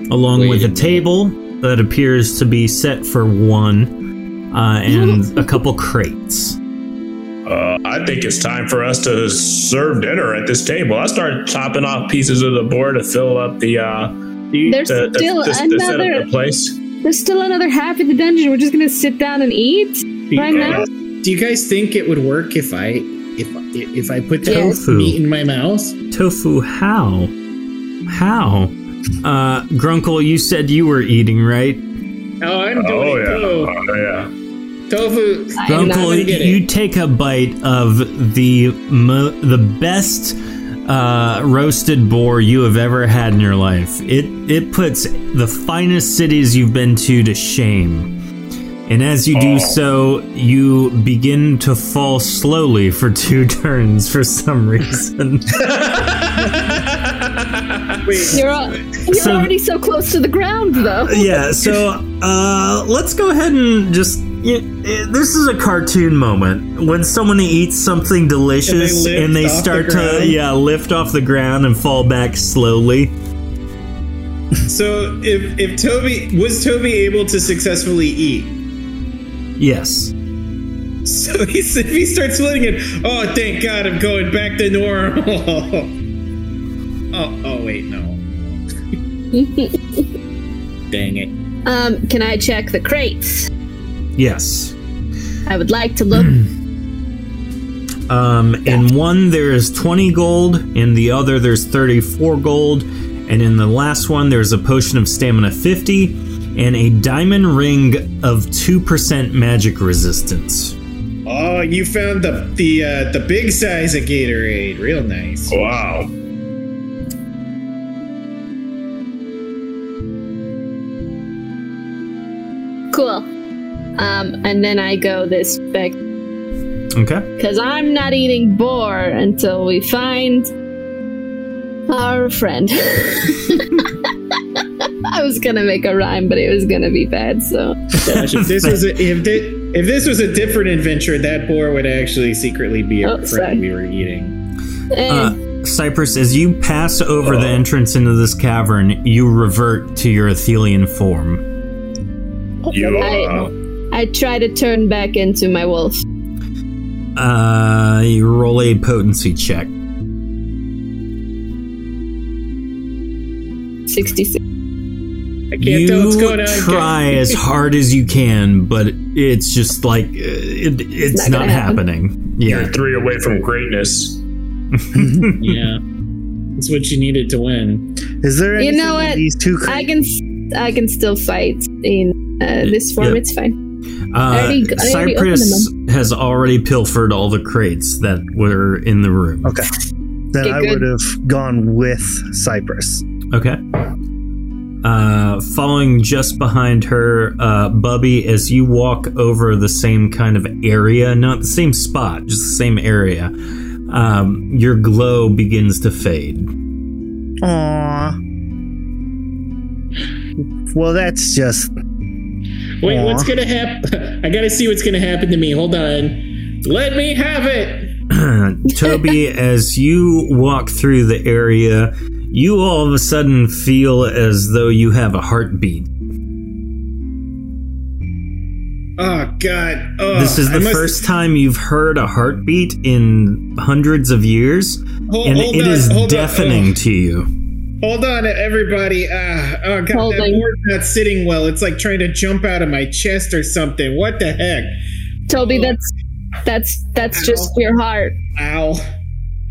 S2: along with a table that appears to be set for one, uh, and a couple crates.
S5: Uh, I think it's time for us to serve dinner at this table. I start chopping off pieces of the board to fill up the uh, the,
S4: There's
S5: the,
S4: still
S5: the- the setup of
S4: another-
S5: the place.
S4: There's still another half of the dungeon. We're just gonna sit down and eat right now.
S1: Do you guys think it would work if I if if I put that
S4: Yes.
S2: Tofu.
S1: meat in my mouth?
S2: Tofu, how? How? Uh, Grunkle, you said you were eating, right?
S1: Oh, I'm
S5: Oh
S1: doing
S5: yeah,
S1: it
S5: oh yeah.
S1: too. Tofu.
S4: I'm not
S2: Grunkle,
S1: gonna get it.
S2: you take a bite of the mo- the best uh, roasted boar you have ever had in your life. It it puts the finest cities you've been to to shame. And as you do
S5: Oh.
S2: so, you begin to fall slowly for two turns for some reason.
S4: You're, all, you're
S2: So-
S4: already so close to the ground, though.
S2: yeah, so uh, let's go ahead and just. y y- this is a cartoon moment when someone eats something delicious
S1: lift
S2: and they,
S1: off the
S2: start to
S1: ground.
S2: yeah lift off the ground and fall back slowly.
S1: So if if Toby was Toby able to successfully eat,
S2: Yes.
S1: so he if he starts feeling it, oh thank God I'm going back to normal. oh oh wait no. Dang it.
S4: Um, can I check the crates?
S2: Yes.
S4: I would like to look.
S2: Hmm. Um, in one there is twenty gold, in the other there's thirty-four gold, and in the last one there's a potion of stamina fifty and a diamond ring of two percent magic resistance.
S1: Oh, you found the the uh, the big size of Gatorade. Real nice.
S5: Wow.
S4: cool. Um, and then I go this back
S2: Okay.
S4: because I'm not eating boar until we find our friend. I I was gonna make a rhyme, but it was gonna be bad. So
S1: If this was a, if this, if this was a different adventure, that boar would actually secretly be
S4: Oh,
S1: our
S4: sorry.
S1: friend we were eating.
S4: Eh,
S2: Uh, Cypress, as you pass over the entrance into this cavern, you revert to your Athelian form.
S5: You, uh,
S4: I try to turn back into my wolf.
S2: Uh, you roll a potency check.
S4: Sixty-six.
S1: I can't
S2: you
S1: tell what's going on.
S2: try as hard as you can, but it's just like uh, it, it's not,
S4: not gonna happen.
S2: happening. Yeah.
S5: you're three away from greatness.
S9: Yeah. That's what you needed to win.
S8: Is there
S4: You
S8: anything
S4: know what?
S8: these two cre-
S4: I can s- I can still fight in uh, this form.
S2: Yeah.
S4: It's fine.
S2: Uh,
S4: already- I already opened
S2: Cypress has already pilfered all the crates that were in the room.
S8: Okay. that
S4: Okay,
S8: I
S4: good.
S8: would have gone with Cypress.
S2: Okay. Uh, following just behind her, uh, Bubby, as you walk over the same kind of area, not the same spot, just the same area, um, your glow begins to fade.
S8: Aw. Well, that's just
S9: Wait,
S8: Aw.
S9: what's gonna happen? I gotta see what's gonna happen to me. Hold on. Let me have it.
S2: Toby, as you walk through the area, you all of a sudden feel as though you have a heartbeat.
S1: Oh God! Oh,
S2: this is
S1: I
S2: the
S1: must-
S2: first time you've heard a heartbeat in hundreds of years,
S1: Hol-
S2: and
S1: hold
S2: it
S1: on,
S2: is
S1: hold on,
S2: deafening
S1: oh.
S2: to you.
S1: Hold on, everybody. Ah, oh god,
S4: Holding.
S1: that board's not sitting well. It's like trying to jump out of my chest or something. What the heck?
S4: Toby, that's that's that's just your heart
S1: Ow.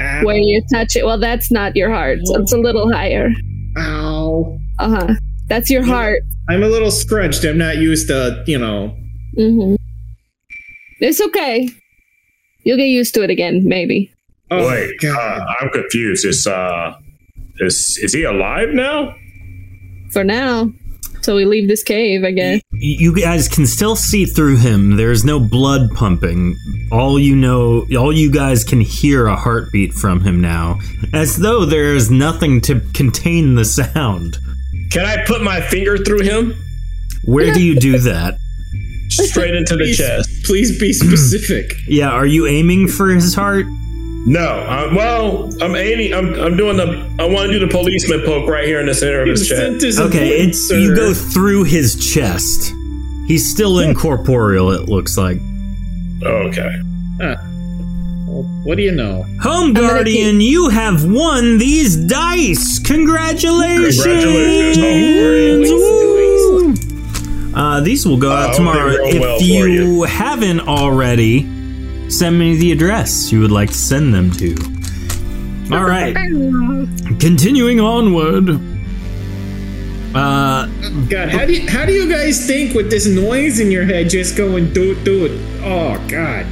S1: Ow.
S4: where you touch it. Well, that's not your heart. It's a little higher.
S1: Ow.
S4: Uh huh. That's your heart.
S1: I'm a little scrunched. I'm not used to, you know.
S4: Mm-hmm. It's okay. You'll get used to it again, maybe.
S1: Oh
S5: Wait, uh, I'm confused. Is uh, is is he alive now?
S4: For now, till we leave this cave, I guess.
S2: you guys can still see through him. There's no blood pumping. All you know, all you guys can hear a heartbeat from him now, as though there is nothing to contain the sound.
S5: Can I put my finger through him
S2: Where do you do that?
S5: straight into the
S1: Please,
S5: chest?
S1: please be specific.
S2: Yeah, are you aiming for his heart?
S5: No. Uh, well, I'm aiming. I'm I'm doing the. I want to do the policeman poke right here in the center of his chest.
S1: Consent is
S2: Okay,
S1: important,
S2: it's you
S1: sir.
S2: go through his chest. He's still incorporeal. It looks like.
S5: Okay.
S1: Well, What do you know?
S2: Home
S4: gonna
S2: Guardian, you have won these dice. Congratulations!
S5: Congratulations,
S2: Oh,
S5: Home Guardian.
S2: Woo! Uh, these will go out
S5: hope
S2: tomorrow.
S5: they roll
S2: If
S5: well for
S2: you,
S5: you.
S2: haven't already, send me the address you would like to send them to. All right. Continuing onward. Uh,
S1: God, how do you, how do you guys think with this noise in your head just going doot doot? Oh God.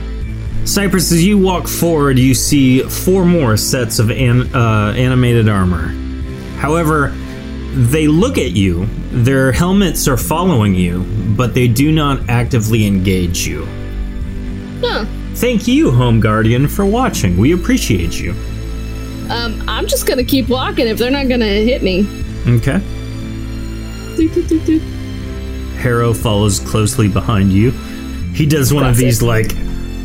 S2: Cypress, as you walk forward, you see four more sets of an, uh, animated armor. However, they look at you. Their helmets are following you, but they do not actively engage you.
S4: Huh.
S2: Thank you, Home Guardian, for watching. We appreciate you.
S4: Um, I'm just gonna keep walking if they're not gonna hit me.
S2: Okay.
S4: Doot, doot, doot, doot.
S2: Harrow follows closely behind you. He does one of
S4: Classic.
S2: these, like,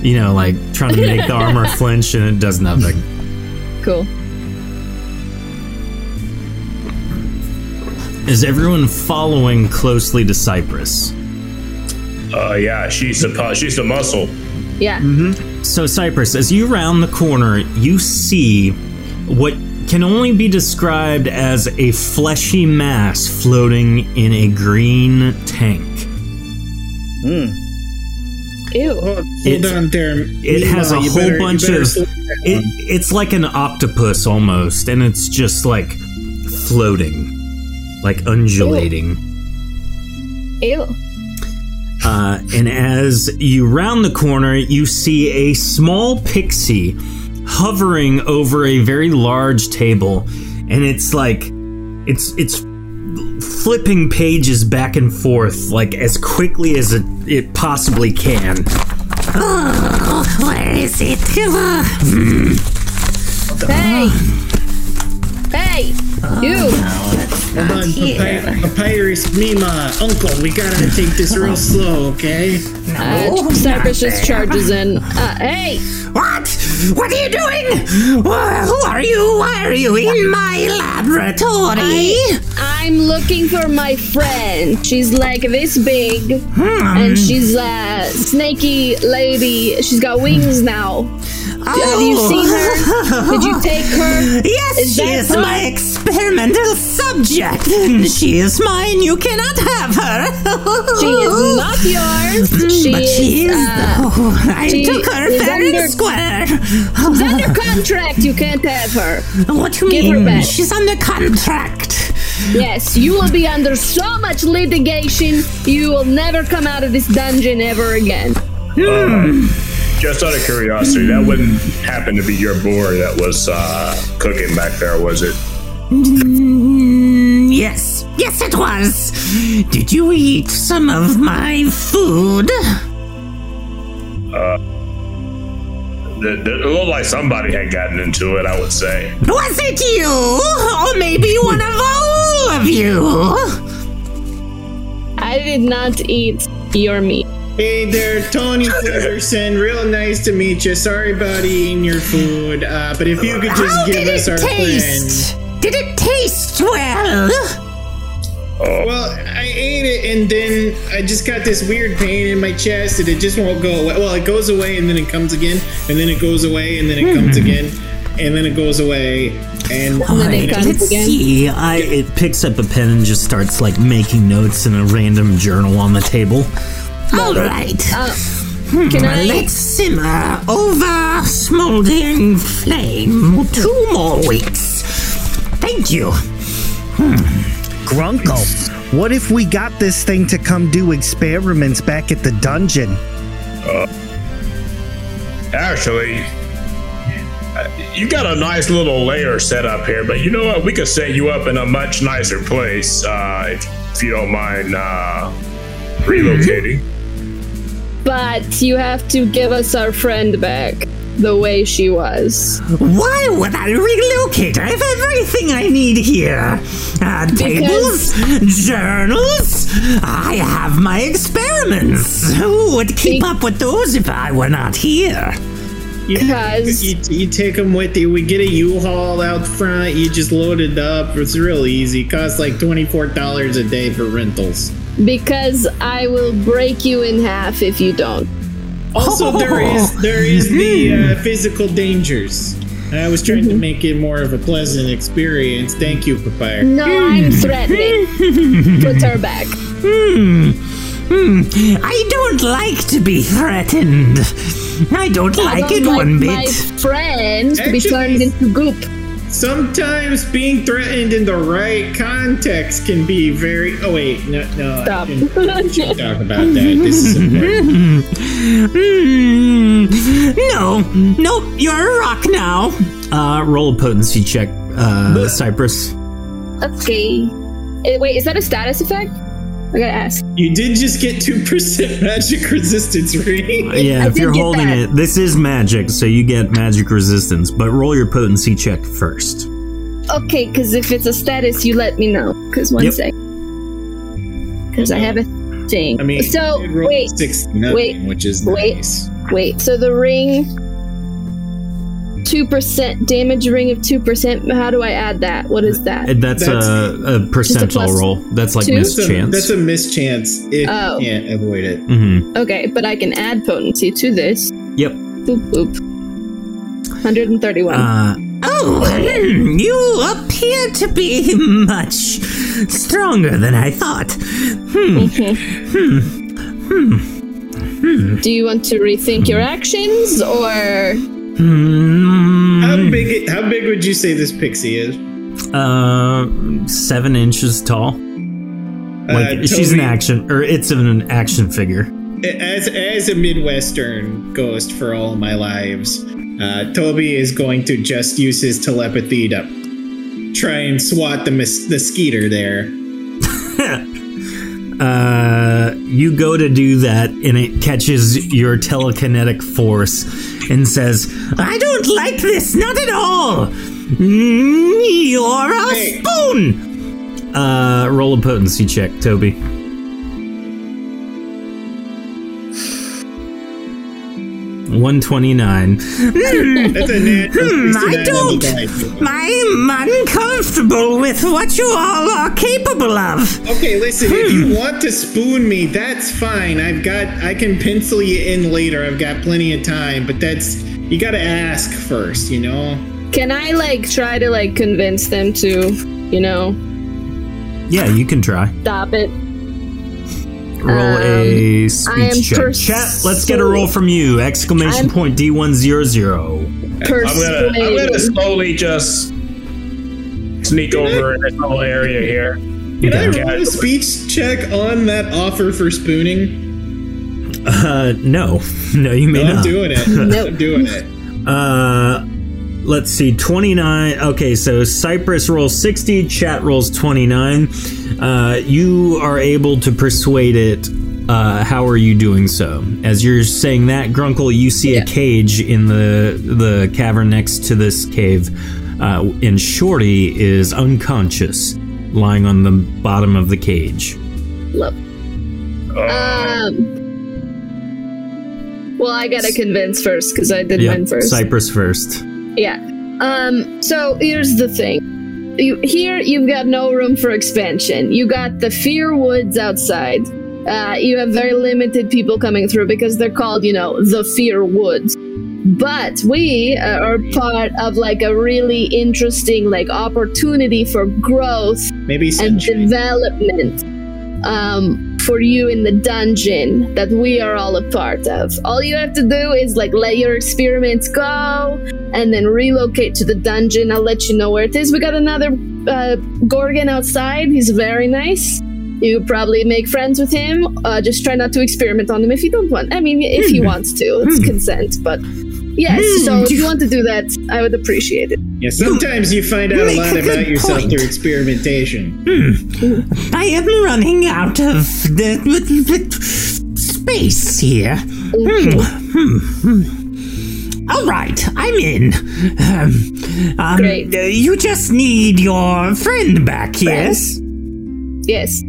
S2: you know, like trying to make the armor flinch, and it does nothing.
S4: Cool.
S2: Is everyone following closely to Cypress?
S5: Uh, yeah, she's the pu- she's the muscle.
S4: Yeah.
S2: So, Cypress, as you round the corner, you see what can only be described as a fleshy mass floating in a green tank.
S4: Ew.
S1: Hold, hold
S2: It's-
S1: on there.
S2: It has a
S1: Mima, you
S2: whole
S1: better- you
S2: bunch
S1: better
S2: of.
S1: slow
S2: It, it's like an octopus almost, and it's just like floating, like undulating.
S1: Oh.
S4: Ew.
S2: Uh, and as you round the corner, you see a small pixie hovering over a very large table, and it's like it's it's flipping pages back and forth like as quickly as it, it possibly can.
S4: Hey. Hey. You. Uh,
S1: Hold
S11: not
S1: on,
S11: here.
S1: Papy- Papyrus Mima, Uncle, we gotta take this real slow, okay?
S4: Uh, Cypress just charges in. Uh, hey!
S11: What? What are you doing? Wh- Who are you? Why are you in my laboratory?
S4: I, I'm looking for my friend. She's like this big,
S11: Hmm.
S4: and she's a snaky lady. She's got wings now. Have you
S11: Oh.
S4: seen her? Did you take her?
S11: Yes,
S4: Is
S11: she
S4: that
S11: is
S4: her?
S11: my experimental subject. She is mine. You cannot have her.
S4: She is not yours. She
S11: Hmm, but she is.
S4: uh,
S11: though. I
S4: she
S11: took her
S4: is
S11: fair
S4: under-
S11: and square.
S4: she's under contract. You can't have her.
S11: What you
S4: Give her
S11: mean?
S4: back.
S11: She's under contract.
S4: Yes, you will be under so much litigation. You will never come out of this dungeon ever again.
S5: Just out of curiosity, that wouldn't happen to be your boar that was uh, cooking back there, was it?
S11: Mm, yes, yes, it was. Did you eat some of my food?
S5: It, it looked like somebody had gotten into it. I would say.
S11: Was it you? Or maybe one of all of you?
S4: I did not eat your meat.
S1: Hey there, Tony Peterson. Real nice to meet you. Sorry about eating your food, uh, but if you could just
S11: How
S1: give
S11: did
S1: us our
S11: it taste? Did it taste well?
S1: plan. Well, I ate it and then I just got this weird pain in my chest and it just won't go away. Well, it goes away and then it comes again, and then it goes away and then it comes
S11: Hmm.
S1: again, and then it goes away. And
S11: Oh,
S4: they got
S2: Let's
S4: it again.
S2: see. I it picks up a pen and just starts like making notes in a random journal on the table.
S11: All right.
S4: Uh,
S11: Hmm,
S4: can I?
S11: Let's simmer over smoldering flame two more weeks. Thank you.
S8: Grunkle, what if we got this thing to come do experiments back at the dungeon?
S5: Actually, uh, you got a nice little layer set up here, but you know what? We could set you up in a much nicer place uh, if, if you don't mind uh, relocating.
S4: But you have to give us our friend back the way she was.
S11: Why would I relocate? I have everything I need here. Uh, tables, journals. I have my experiments. Who would keep
S4: Be-
S11: up with those if I were not here?
S4: Because
S1: You, you take them with you. We get a U-Haul out front. You just load it up. It's real easy. Costs like twenty-four dollars a day for rentals.
S4: because I will break you in half if you don't.
S1: Also, there is there is the uh, physical dangers. I was trying to make it more of a pleasant experience. Thank you, Papyr.
S4: No, I'm threatening. Put her back.
S11: Hmm. Hmm. I don't like to be threatened. I don't
S4: I
S11: like
S4: don't
S11: it
S4: like
S11: one
S4: my
S11: bit.
S4: friend to be turned
S1: Actually-
S4: into goop.
S1: Sometimes being threatened in the right context can be very. Oh wait, no, no. I
S4: Stop.
S1: shouldn't- we shouldn't talk about that. This is important.
S11: Hmm. No, nope, you're a rock now.
S2: Uh, roll a potency check, uh, Cypress.
S4: Okay. Eh, Wait, is that a status effect? I gotta ask.
S1: You did just get two percent magic resistance reading.
S2: Yeah,
S4: I
S2: if
S4: did
S2: you're
S4: get
S2: holding
S4: that.
S2: it, this is magic, so you get magic resistance. But roll your potency check first.
S4: Okay, because if it's a status, you let me know. Because one
S2: Yep.
S4: sec. Because I have a thing.
S1: I mean,
S4: so
S1: you did roll
S4: wait,
S1: six nothing,
S4: wait,
S1: which is
S4: wait.
S1: nice.
S4: wait. So the ring, two percent damage ring of two percent. How do I add that? What is that?
S2: And That's, a, a percentile
S4: plus
S2: roll. That's like
S4: two?
S2: miss
S1: That's a,
S2: chance.
S1: that's a mischance if
S4: Oh.
S1: you can't avoid it.
S2: Mhm.
S4: Okay, but I can add potency to this.
S2: Yep.
S4: Boop boop. Hundred and thirty-one.
S2: Uh,
S11: Oh, hmm, you appear to be much stronger than I thought. Hmm.
S4: do you want to rethink your actions, or
S2: Mm,
S11: Hmm.
S1: How big? How big would you say this pixie is?
S2: uh, seven inches tall. Like
S1: Uh,
S2: she's an
S1: Toby,
S2: action, or it's an action figure.
S1: As as a Midwestern ghost for all my lives, uh, Toby is going to just use his telepathy to try and swat the mes- the skeeter there.
S2: Uh, you go to do that, and it catches your telekinetic force and says,
S11: I don't like this, not at all. Mm, You're a
S1: Hey.
S11: spoon.
S2: Uh, roll a potency check, Toby. One twenty nine.
S11: That's a natural
S7: Hmm, I
S11: 69 on
S7: don't.
S11: the I'm uncomfortable with what you all are capable of.
S1: Okay, listen, if you want to spoon me, that's fine. I've got I can pencil you in later. I've got plenty of time, but that's you got to ask first, you know.
S4: Can I like try to like convince them to, you know,
S2: Yeah, you can try.
S4: stop it?
S2: Roll a
S4: Um, I am
S2: speech check.
S4: pers-
S2: Chat, let's get a roll from you! Exclamation point D one zero zero.
S5: I'm gonna, I'm gonna slowly just sneak over in this whole area here.
S1: Can I roll a speech check on that offer for spooning?
S2: Uh, no, no, you may
S1: No, I'm
S2: not.
S1: doing it. No. I'm doing it.
S2: Uh, let's see, 29. Okay, so Cyprus rolls 60, chat rolls 29. Uh, you are able to persuade it. Uh, how are you doing so? As you're saying that, Grunkle, you see a cage in the the cavern next to this cave, uh, and Shorty is unconscious, lying on the bottom of the cage.
S4: Love.
S5: Oh.
S4: Um. Well, I gotta convince first because I did
S2: Yep,
S4: mine first.
S2: Cypress first.
S4: Yeah. Um. So here's the thing. You, here you've got no room for expansion. You got the fear woods outside. Uh, you have very limited people coming through because they're called, you know, the fear woods. But we uh, are part of like a really interesting like opportunity for growth
S1: Maybe
S4: and development um, for you in the dungeon that we are all a part of. All you have to do is like let your experiments go and then relocate to the dungeon. I'll let you know where it is. We got another uh, Gorgon outside. He's very nice. You probably make friends with him. Uh, just try not to experiment on him if you don't want. I mean, if he wants to, it's consent. But yes,
S1: Hmm.
S4: so if you want to do that, I would appreciate it.
S1: Yeah, sometimes you find out a
S4: Make
S1: lot
S4: a good
S1: about yourself
S4: point.
S1: through experimentation.
S11: I am running out of the, space here. Hmm, hmm, hmm. All right, I'm in. Um, um, uh, You just need your friend back, yes?
S4: Yes.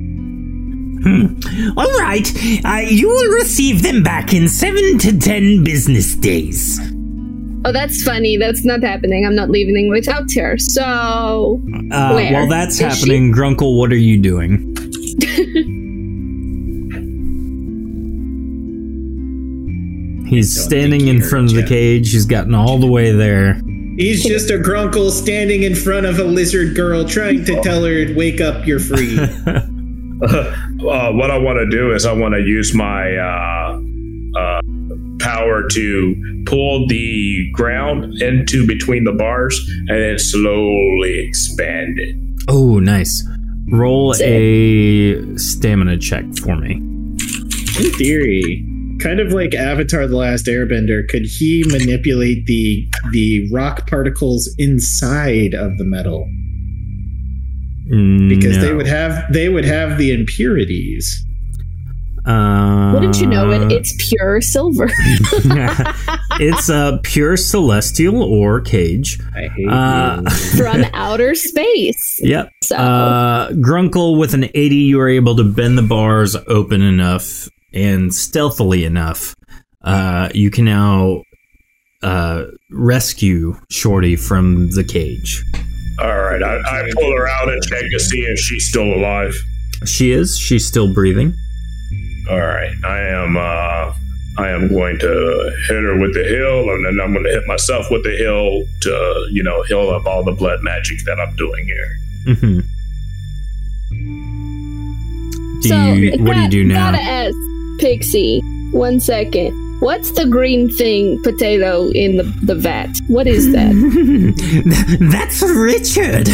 S11: Hmm. All right, uh, you will receive them back in seven to ten business days.
S4: Oh, that's funny. That's not happening. I'm not leaving without her. So,
S2: Uh,
S4: where?
S2: while that's
S4: Is she-
S2: happening, Grunkle, what are you doing? He's standing in front of the cage. He's gotten all the way there.
S1: He's just a grunkle standing in front of a lizard girl trying to tell her, "Wake up, you're free."
S5: uh, what I want to do is I want to use my uh, uh, power to pull the ground into between the bars and then slowly expand it.
S2: Oh, nice. Roll a stamina check for me.
S1: In theory, kind of like Avatar: The Last Airbender, could he manipulate the the rock particles inside of the metal? Because they
S2: No.
S1: would have they would have the impurities.
S2: Uh,
S4: wouldn't you know it? It's pure silver.
S2: it's a pure celestial ore cage. Uh, I hate
S4: from outer space.
S2: Yep. Uh, Grunkle with an 80, you were able to bend the bars open enough and stealthily enough. Uh, you can now uh, rescue Shorty from the cage.
S5: All right, I, I pull her out and check to see if she's still alive.
S2: She is. She's still breathing.
S5: All right, I am. Uh, I am going to hit her with the heel, and then I'm going to hit myself with the heel to, you know, heal up all the blood magic that I'm doing here.
S2: hmm Do
S4: So,
S2: you, what do you
S4: got-
S2: do now?
S4: Gotta ask Pixie. One second. What's the green thing potato in the, the vat? What is that?
S11: That's Richard.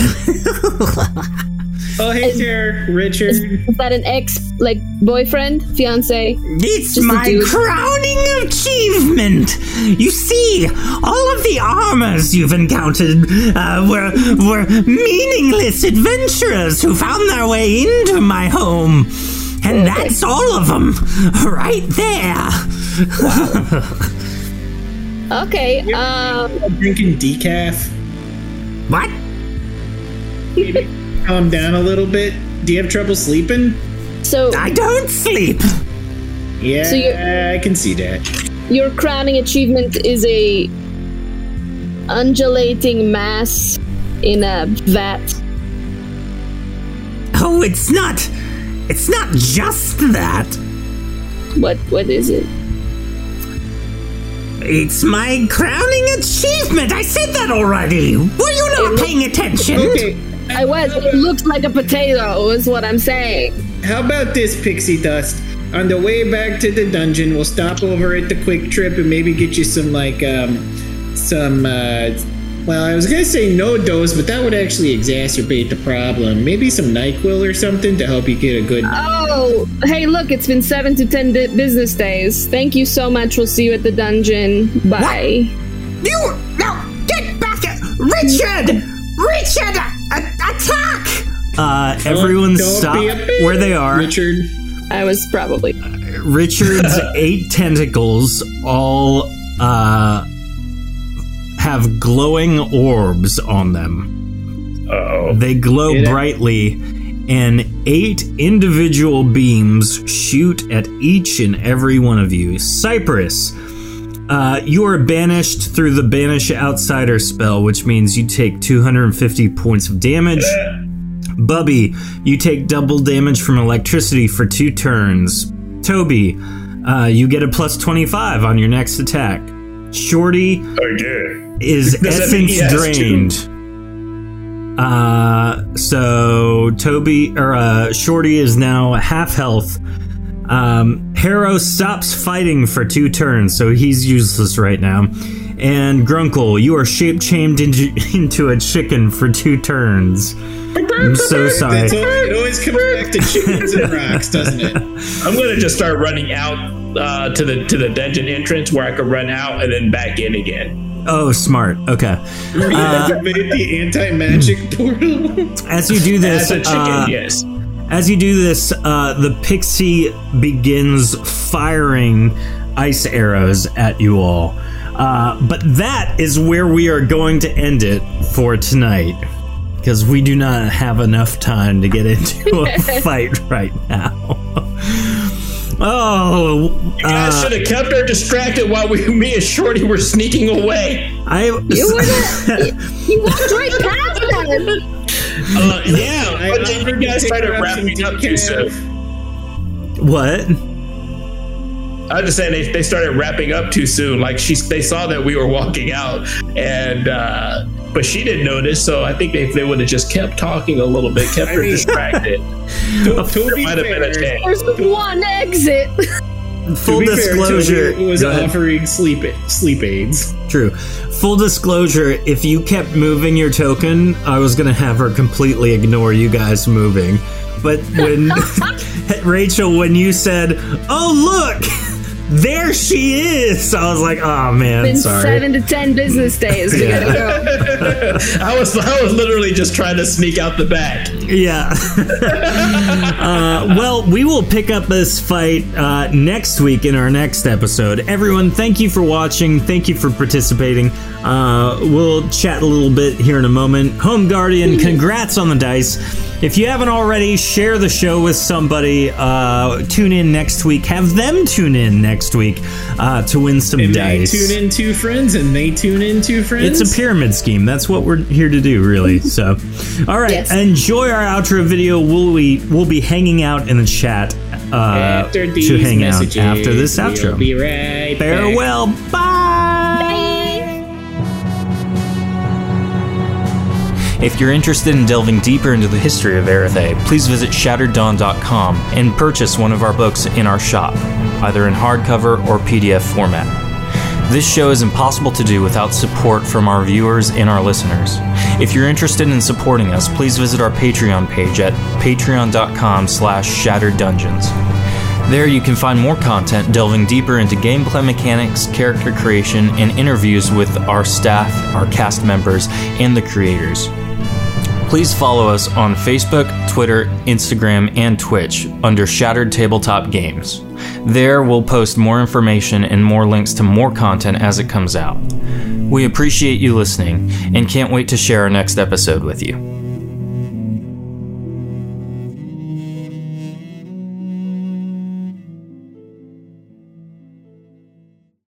S1: oh, hey there, Richard. Is,
S4: is that an ex, like boyfriend, fiance?
S11: It's
S4: Just a
S11: my
S4: dude?
S11: crowning achievement. You see, all of the armors you've encountered uh, were were meaningless adventurers who found their way into my home, and that's all of them, right there.
S4: Okay. Um,
S1: drinking decaf.
S11: What?
S1: calm down a little bit? Do you have trouble sleeping?
S4: So
S11: I don't sleep.
S1: Yeah,
S4: So you-
S1: I can see that.
S4: Your crowning achievement is a undulating mass in a vat.
S11: Oh, it's not. It's not just that.
S4: What? What is it?
S11: It's my crowning achievement. I said that already. Were you not paying attention?
S4: I was. It looks like a potato. Is what I'm saying.
S1: How about this, Pixie Dust? On the way back to the dungeon, we'll stop over at the Quick Trip and maybe get you some like um some uh well, I was gonna say no dose, but that would actually exacerbate the problem. Maybe some Nyquil or something to help you get a good.
S2: Uh,
S4: Oh, hey, look! It's been seven to ten di- business days. Thank you so much. We'll see you at the dungeon. Bye.
S11: You no, get back, at- Richard! Richard, a- attack!
S2: Uh, everyone stop where they are.
S1: Richard.
S4: I was probably.
S2: Richard's eight tentacles all uh, have glowing orbs on them.
S5: oh
S2: They glow brightly, and eight individual beams shoot at each and every one of you. Cypress, uh, you are banished through the Banish Outsider spell, which means you take 250 points of damage. Bubby, you take double damage from electricity for two turns. Toby, uh, you get a plus 25 on your next attack. Shorty
S5: Again.
S2: is
S5: Does that mean
S2: essence
S5: he has
S2: drained. Uh, so Toby or uh, Shorty is now half health. Um, Harrow stops fighting for two turns, so he's useless right now. And Grunkle, you are shape changed into, into a chicken for two turns. I'm so sorry.
S1: That's all- it always comes back to chickens and rocks, doesn't it?
S9: I'm gonna just start running out uh, to the to the dungeon entrance where I could run out and then back in again.
S2: Oh, smart. Okay. Uh,
S1: Reactivate the anti-magic portal.
S2: as you do
S9: As
S2: this,
S9: a chicken,
S2: uh,
S9: yes.
S2: As you do this, uh, the pixie begins firing ice arrows at you all. Uh, but that is where we are going to end it for tonight. Because we do not have enough time to get into a fight right now. oh,
S9: I
S2: uh,
S9: should have kept her distracted while we, me and Shorty were sneaking away.
S2: I.
S4: You walked right past us.
S9: Uh, yeah,
S1: I
S9: what did you
S1: offered to
S9: guys
S1: take
S9: try to
S1: her up
S9: wrap
S1: some
S9: me up
S1: decaf.
S9: too soon?
S2: what?
S9: I was just saying they, they started wrapping up too soon. Like she, they saw that we were walking out, and uh, but she didn't notice. So I think if they would have just kept talking a little bit, kept her
S1: mean-
S9: distracted,
S1: To be
S9: might have been a
S1: fair,
S9: chance.
S4: There's one exit.
S1: to
S2: Full
S1: be fair,
S2: disclosure.
S1: Toby was
S2: Go ahead.
S1: offering sleep sleep aids.
S2: True. Full disclosure, if you kept moving your token, I was going to have her completely ignore you guys moving. But when Rachel, when you said, "Oh, look, there she is," I was like, "Oh man,
S4: been
S2: sorry."
S4: seven to ten business days. We
S2: Yeah.
S4: gotta go.
S9: I was I was literally just trying to sneak out the back.
S2: Yeah. uh, well, we will pick up this fight uh, next week in our next episode. Everyone, thank you for watching. Thank you for participating. Uh, we'll chat a little bit here in a moment. Home Guardian, congrats on the dice. If you haven't already, share the show with somebody. Uh, tune in next week. Have them tune in next week uh, to win some
S1: And they
S2: dice.
S1: tune in two friends, and they tune in two friends.
S2: It's a pyramid scheme. That's what we're here to do, really. So, all right,
S4: Yes.
S2: enjoy our outro video. We'll we will be hanging out in the chat uh,
S1: after these
S2: to hang
S1: messages,
S2: out after this
S1: we'll
S2: outro.
S1: Be right back.
S2: Farewell. Bye.
S12: If you're interested in delving deeper into the history of Erethe, please visit shattereddawn.com and purchase one of our books in our shop, either in hardcover or PDF format. This show is impossible to do without support from our viewers and our listeners. If you're interested in supporting us, please visit our Patreon page at patreon.com slash shattered dungeons. There you can find more content delving deeper into gameplay mechanics, character creation, and interviews with our staff, our cast members, and the creators. Please follow us on Facebook, Twitter, Instagram, and Twitch under Shattered Tabletop Games. There we'll post more information and more links to more content as it comes out. We appreciate you listening and can't wait to share our next episode with you.